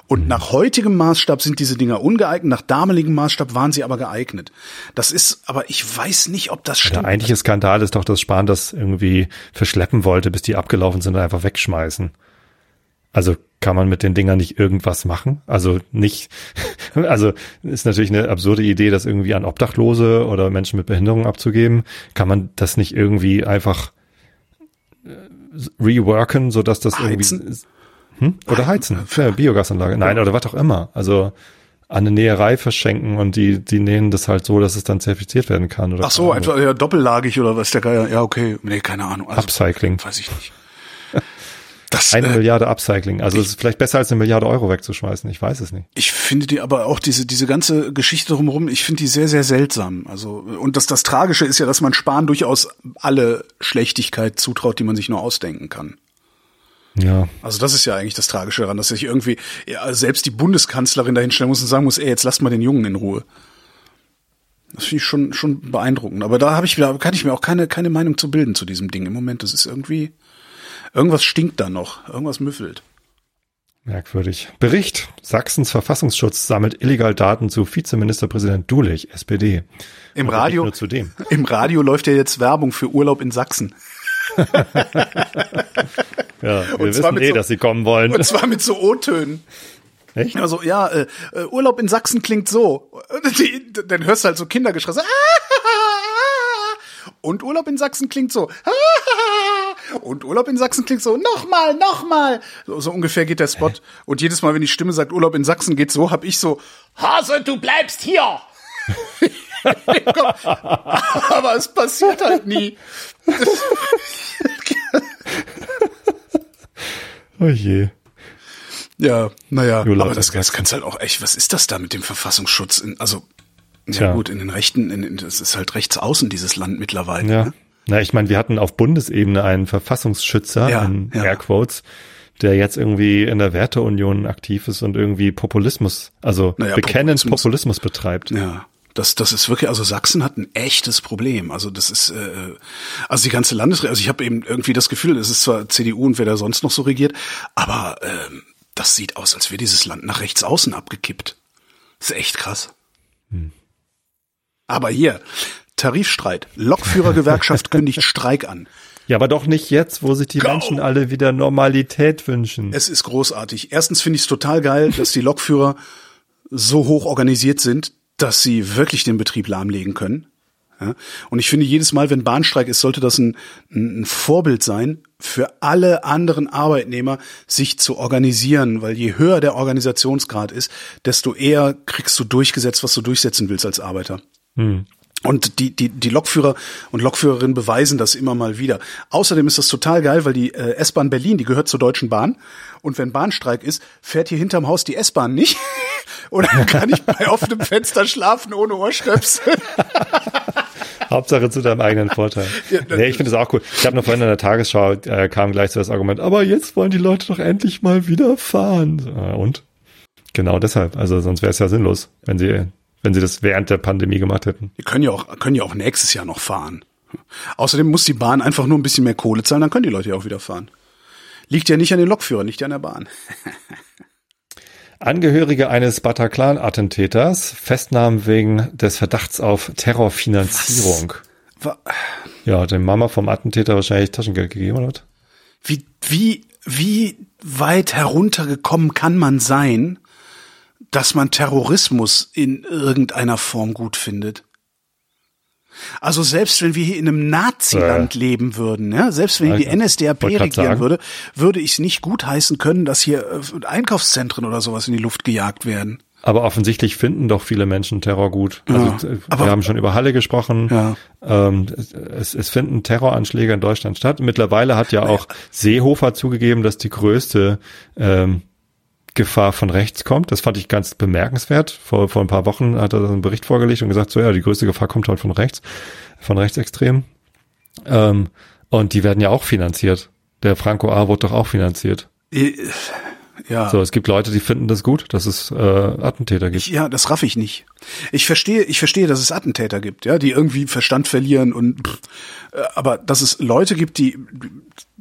S2: Und nach heutigem Maßstab sind diese Dinger ungeeignet, nach damaligem Maßstab waren sie aber geeignet. Das ist, aber ich weiß nicht, ob das
S3: Der
S2: stimmt.
S3: eigentliche Skandal ist doch, dass Spahn das irgendwie verschleppen wollte, bis die abgelaufen sind und einfach wegschmeißen. Also kann man mit den Dingern nicht irgendwas machen? Also nicht, [laughs] also ist natürlich eine absurde Idee, das irgendwie an Obdachlose oder Menschen mit Behinderung abzugeben. Kann man das nicht irgendwie einfach äh, reworken, sodass das
S2: Heizen?
S3: irgendwie hm? oder heizen, ja, Biogasanlage, nein oder was auch immer. Also an eine Näherei verschenken und die die nähen das halt so, dass es dann zertifiziert werden kann oder
S2: Ach so,
S3: keine Ahnung.
S2: einfach ja, doppellagig oder was der Geier. Ja, okay. Nee, keine Ahnung. Also,
S3: Upcycling.
S2: Weiß ich nicht. Das,
S3: Eine
S2: äh,
S3: Milliarde Upcycling. Also es ist vielleicht besser als eine Milliarde Euro wegzuschmeißen. Ich weiß es nicht.
S2: Ich finde die aber auch diese, diese ganze Geschichte drumherum, ich finde die sehr, sehr seltsam. Also, und das, das Tragische ist ja, dass man Spahn durchaus alle Schlechtigkeit zutraut, die man sich nur ausdenken kann.
S3: Ja.
S2: Also das ist ja eigentlich das Tragische daran, dass sich irgendwie ja, selbst die Bundeskanzlerin dahin stellen muss und sagen muss, ey, jetzt lasst mal den Jungen in Ruhe. Das finde ich schon, schon beeindruckend. Aber da habe ich, da kann ich mir auch keine, keine Meinung zu bilden zu diesem Ding im Moment. Das ist irgendwie, Irgendwas stinkt da noch, irgendwas müffelt.
S3: Merkwürdig. Bericht. Sachsens Verfassungsschutz sammelt illegal Daten zu Vizeministerpräsident Dulich, SPD.
S2: Im
S3: Aber nicht
S2: Radio,
S3: Nur zu dem.
S2: im Radio läuft ja jetzt Werbung für Urlaub in Sachsen. [laughs]
S3: Ja, wir
S2: zwar
S3: wissen
S2: mit
S3: eh,
S2: so-
S3: dass sie kommen wollen.
S2: Und zwar mit so O-Tönen.
S3: Echt?
S2: Also, ja, äh, äh, Urlaub in Sachsen klingt so. [laughs] Die, d- dann hörst du halt so Kindergeschrei. so, "Ah!" Und Urlaub in Sachsen klingt so. "Ah!" Und Urlaub in Sachsen klingt so. Nochmal, nochmal. So, so ungefähr geht der Spot. Und jedes Mal, wenn die Stimme sagt, Urlaub in Sachsen geht so, hab ich so, Hase, du bleibst hier. [laughs] Im Kopf. Aber es passiert halt nie.
S3: [laughs] Oh je.
S2: Ja, naja,
S3: Urlaub
S2: aber das,
S3: in
S2: das kannst halt auch echt, was ist das da mit dem Verfassungsschutz? In, also, ja
S3: Tja.
S2: gut, in den Rechten, in, in, das ist halt rechts außen dieses Land mittlerweile.
S3: Ja.
S2: Ne?
S3: Na, ich meine, wir hatten auf Bundesebene einen Verfassungsschützer,
S2: Ja,
S3: in
S2: ja.
S3: Airquotes, der jetzt irgendwie in der Werteunion aktiv ist und irgendwie Populismus, also
S2: Naja,
S3: bekennend
S2: Populismus.
S3: Populismus, betreibt.
S2: Ja. Das, das ist wirklich, also Sachsen hat ein echtes Problem. Also das ist, äh, also die ganze Landesregierung, also ich habe eben irgendwie das Gefühl, es ist zwar CDU und wer da sonst noch so regiert, aber ähm, das sieht aus, als wäre dieses Land nach rechts außen abgekippt. ist echt krass.
S3: Hm.
S2: Aber hier, Tarifstreit.
S3: [laughs]
S2: Lokführergewerkschaft kündigt Streik an.
S3: Ja, aber doch nicht jetzt, wo sich die
S2: Go!
S3: Menschen alle wieder Normalität wünschen.
S2: Es ist großartig. Erstens finde ich es total geil, dass die Lokführer so hoch organisiert sind, dass sie wirklich den Betrieb lahmlegen können. Ja? Und ich finde, jedes Mal, wenn Bahnstreik ist, sollte das ein, ein ein Vorbild sein für alle anderen Arbeitnehmer, sich zu organisieren, weil je höher der Organisationsgrad ist, desto eher kriegst du durchgesetzt, was du durchsetzen willst als Arbeiter. Und die, die, die Lokführer und Lokführerinnen beweisen das immer mal wieder. Außerdem ist das total geil, weil die äh, S-Bahn Berlin, die gehört zur Deutschen Bahn. Und wenn Bahnstreik ist, fährt hier hinterm Haus die S-Bahn nicht. [laughs] Und dann kann ich bei offenem Fenster schlafen ohne Ohrstöpsel.
S3: Hauptsache zu deinem
S2: [laughs]
S3: eigenen Vorteil. nee, ich finde das auch cool. Ich habe noch vorhin in der Tagesschau äh, kam gleich so das Argument, aber jetzt wollen die Leute doch endlich mal wieder fahren. So, äh, Und? Genau deshalb. Also sonst wäre es ja sinnlos, wenn sie, wenn sie das während der Pandemie gemacht hätten.
S2: Die können ja auch, können ja auch nächstes Jahr noch fahren. Außerdem muss die Bahn einfach nur ein bisschen mehr Kohle zahlen, dann können die Leute ja auch wieder fahren. Liegt ja nicht an den Lokführern, liegt ja an der Bahn.
S3: Angehörige eines Bataclan-Attentäters festnahmen wegen des Verdachts auf Terrorfinanzierung.
S2: Wa-
S3: Ja, dem Mama vom Attentäter wahrscheinlich Taschengeld gegeben oder? was?
S2: Wie, wie, wie weit heruntergekommen kann man sein, dass man Terrorismus in irgendeiner Form gut findet? Also selbst wenn wir hier in einem Naziland leben würden, ja, selbst wenn hier die
S3: Alter,
S2: NSDAP
S3: wollte grad
S2: regieren
S3: sagen.
S2: würde, würde ich es nicht gutheißen können, dass hier äh, Einkaufszentren oder sowas in die Luft gejagt werden.
S3: Aber offensichtlich finden doch viele Menschen Terror gut. Also,
S2: Ja,
S3: äh,
S2: aber-
S3: wir haben schon über Halle gesprochen.
S2: Ja.
S3: Ähm, es, es finden Terroranschläge in Deutschland statt. Mittlerweile hat ja auch Seehofer zugegeben, dass die größte ähm, Gefahr von rechts kommt. Das fand ich ganz bemerkenswert. Vor, vor ein paar Wochen hat er so einen Bericht vorgelegt und gesagt, so ja, die größte Gefahr kommt halt von rechts, von Rechtsextremen. Ähm, und die werden ja auch finanziert. Der Franco A. wurde doch auch finanziert.
S2: Äh, Ja.
S3: So, es gibt Leute, die finden das gut, dass es äh, Attentäter gibt.
S2: Ja, das raff ich nicht. Ich verstehe, ich verstehe, dass es Attentäter gibt, ja, die irgendwie Verstand verlieren und pff, äh, aber dass es Leute gibt, die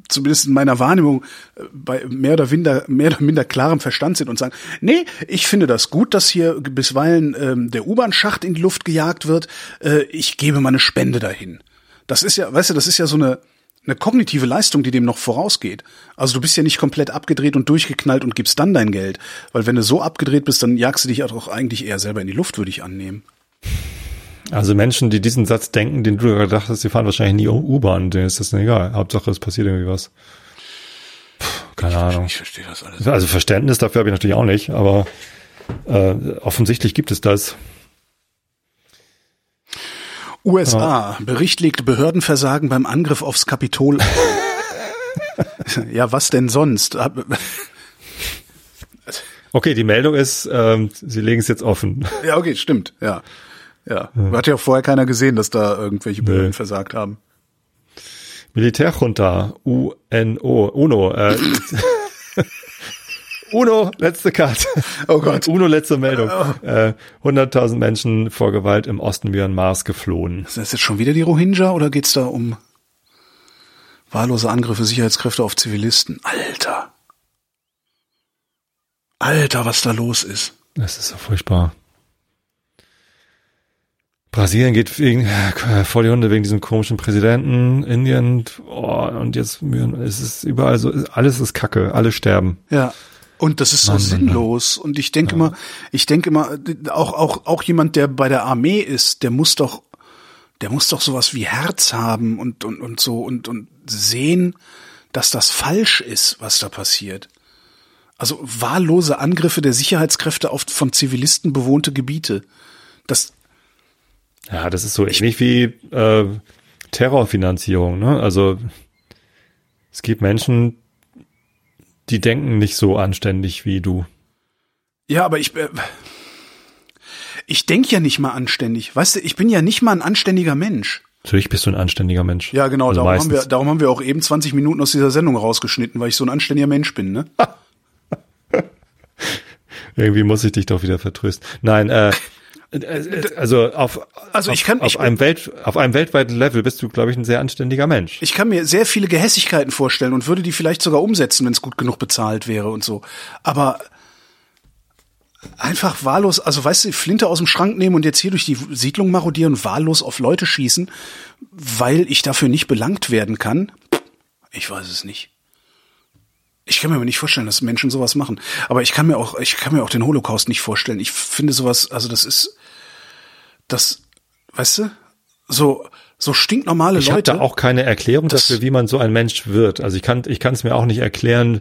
S2: zumindest in meiner Wahrnehmung äh, bei mehr oder minder mehr oder minder klarem Verstand sind und sagen, nee, ich finde das gut, dass hier bisweilen ähm, der U-Bahn-Schacht in die Luft gejagt wird. Äh, ich gebe meine Spende dahin. Das ist ja, weißt du, das ist ja so eine eine kognitive Leistung, die dem noch vorausgeht. Also du bist ja nicht komplett abgedreht und durchgeknallt und gibst dann dein Geld. Weil wenn du so abgedreht bist, dann jagst du dich ja doch eigentlich eher selber in die Luft, würde ich annehmen.
S3: Also Menschen, die diesen Satz denken, den du gerade dachtest, die fahren wahrscheinlich nie um U-Bahn, denen ist das denn egal. Hauptsache, es passiert irgendwie was. Puh, keine Ahnung.
S2: Ich verstehe das alles.
S3: Also Verständnis dafür habe ich natürlich auch nicht, aber äh, offensichtlich gibt es das.
S2: USA. Bericht legt Behördenversagen beim Angriff aufs Kapitol. an. ja, was denn sonst? Hab-
S3: Okay, die Meldung ist, ähm, sie legen es jetzt offen. [laughs]
S2: Ja, okay, stimmt. Ja. Ja. Hat ja vorher keiner gesehen, dass da irgendwelche Behörden versagt haben.
S3: Militärjunta, UNO, UNO, äh, [laughs] UNO, letzte Karte.
S2: Oh Gott.
S3: UNO, letzte Meldung. Äh, 100.000 Menschen vor Gewalt im Osten Myanmars geflohen.
S2: Sind das jetzt schon wieder die Rohingya oder geht's da um Wahllose Angriffe Sicherheitskräfte auf Zivilisten. Alter. Alter, was da los ist.
S3: Das ist so furchtbar. Brasilien geht wegen, vor die Hunde wegen diesem komischen Präsidenten, Indien oh, und jetzt Myanmar. es ist überall so, alles ist Kacke, alle sterben.
S2: Ja. Und das ist so
S3: Mann, Mann,
S2: sinnlos. Und ich denke mal, ich denke mal, auch, auch, auch jemand, der bei der Armee ist, der muss doch, der muss doch sowas wie Herz haben und, und, und so und, und sehen, dass das falsch ist, was da passiert. Also wahllose Angriffe der Sicherheitskräfte auf von Zivilisten bewohnte Gebiete. Das,
S3: Ja, das ist so ähnlich wie äh, Terrorfinanzierung. Ne? Also es gibt Menschen, die denken nicht so anständig wie du.
S2: Ja, aber ich, äh, ich denk ja nicht mal anständig. Weißt du, ich bin ja nicht mal ein anständiger Mensch.
S3: Natürlich bist du ein anständiger Mensch.
S2: Ja, genau.
S3: Also
S2: darum, haben wir,
S3: meistens.
S2: darum haben wir auch eben 20 Minuten aus dieser Sendung rausgeschnitten, weil ich so ein anständiger Mensch bin, ne?
S3: Irgendwie muss ich dich doch wieder vertrösten. Nein, äh, äh, äh, also auf,
S2: Also
S3: auf,
S2: ich kann-
S3: auf,
S2: ich-
S3: einem Welt, auf einem weltweiten Level bist du, glaube ich, ein sehr anständiger Mensch.
S2: Ich kann mir sehr viele Gehässigkeiten vorstellen und würde die vielleicht sogar umsetzen, wenn es gut genug bezahlt wäre und so. Aber einfach wahllos, also weißt du, Flinte aus dem Schrank nehmen und jetzt hier durch die Siedlung marodieren, wahllos auf Leute schießen, weil ich dafür nicht belangt werden kann. Ich weiß es nicht. Ich kann mir aber nicht vorstellen, dass Menschen sowas machen. Aber ich kann mir auch, ich kann mir auch den Holocaust nicht vorstellen. Ich finde sowas, also das ist, das, weißt du, so, so stinknormale
S3: Ich habe
S2: Leute.
S3: da auch keine Erklärung
S2: Das-
S3: dafür, wie man so ein Mensch wird. Also ich kann ich kann es mir auch nicht erklären,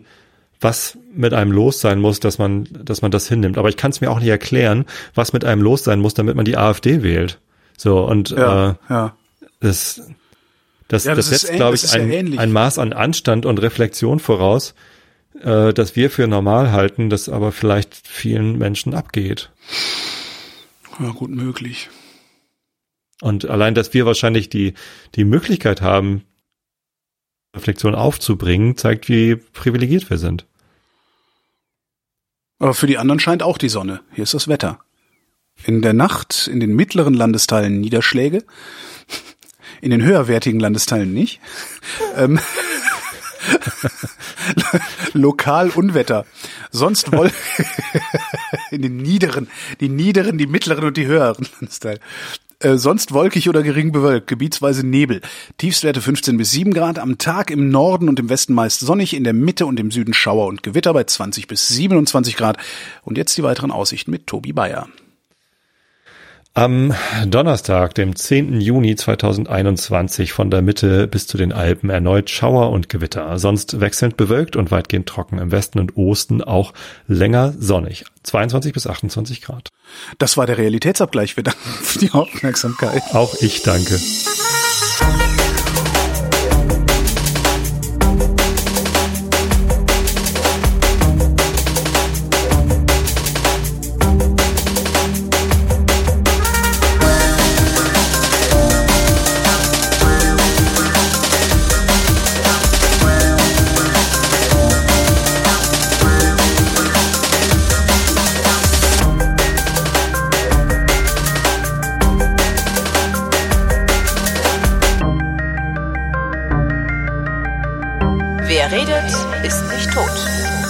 S3: was mit einem los sein muss, dass man dass man das hinnimmt. Aber ich kann es mir auch nicht erklären, was mit einem los sein muss, damit man die AfD wählt. So und äh,
S2: Ja, ja.
S3: das das,
S2: Ja,
S3: das,
S2: das ist
S3: setzt
S2: ähn-
S3: glaube
S2: das
S3: ich
S2: ist ja
S3: ein,
S2: ähnlich.
S3: ein Maß an Anstand und Reflexion voraus, äh, dass wir für normal halten, das aber vielleicht vielen Menschen abgeht.
S2: Ja, gut möglich.
S3: Und allein, dass wir wahrscheinlich die, die Möglichkeit haben, Reflexion aufzubringen, zeigt, wie privilegiert wir sind.
S2: Aber für die anderen scheint auch die Sonne. Hier ist das Wetter. In der Nacht in den mittleren Landesteilen Niederschläge, [laughs] in den höherwertigen Landesteilen nicht. [laughs] Ähm, Lokal Unwetter. Sonst wohl in den niederen, die niederen, die mittleren und die höheren [laughs] Landesteile. Äh, sonst wolkig oder gering bewölkt, gebietsweise Nebel. Tiefstwerte 15 bis 7 Grad, am Tag im Norden und im Westen meist sonnig, in der Mitte und im Süden Schauer und Gewitter bei 20 bis 27 Grad. Und jetzt die weiteren Aussichten mit Tobi Bayer.
S3: Am Donnerstag, dem 10. Juni 2021, von der Mitte bis zu den Alpen erneut Schauer und Gewitter. Sonst wechselnd bewölkt und weitgehend trocken. Im Westen und Osten auch länger sonnig. 22 bis 28 Grad.
S2: Das war der Realitätsabgleich. Wir danken für die Aufmerksamkeit.
S3: Auch ich danke.
S1: Wer redet, ist nicht tot.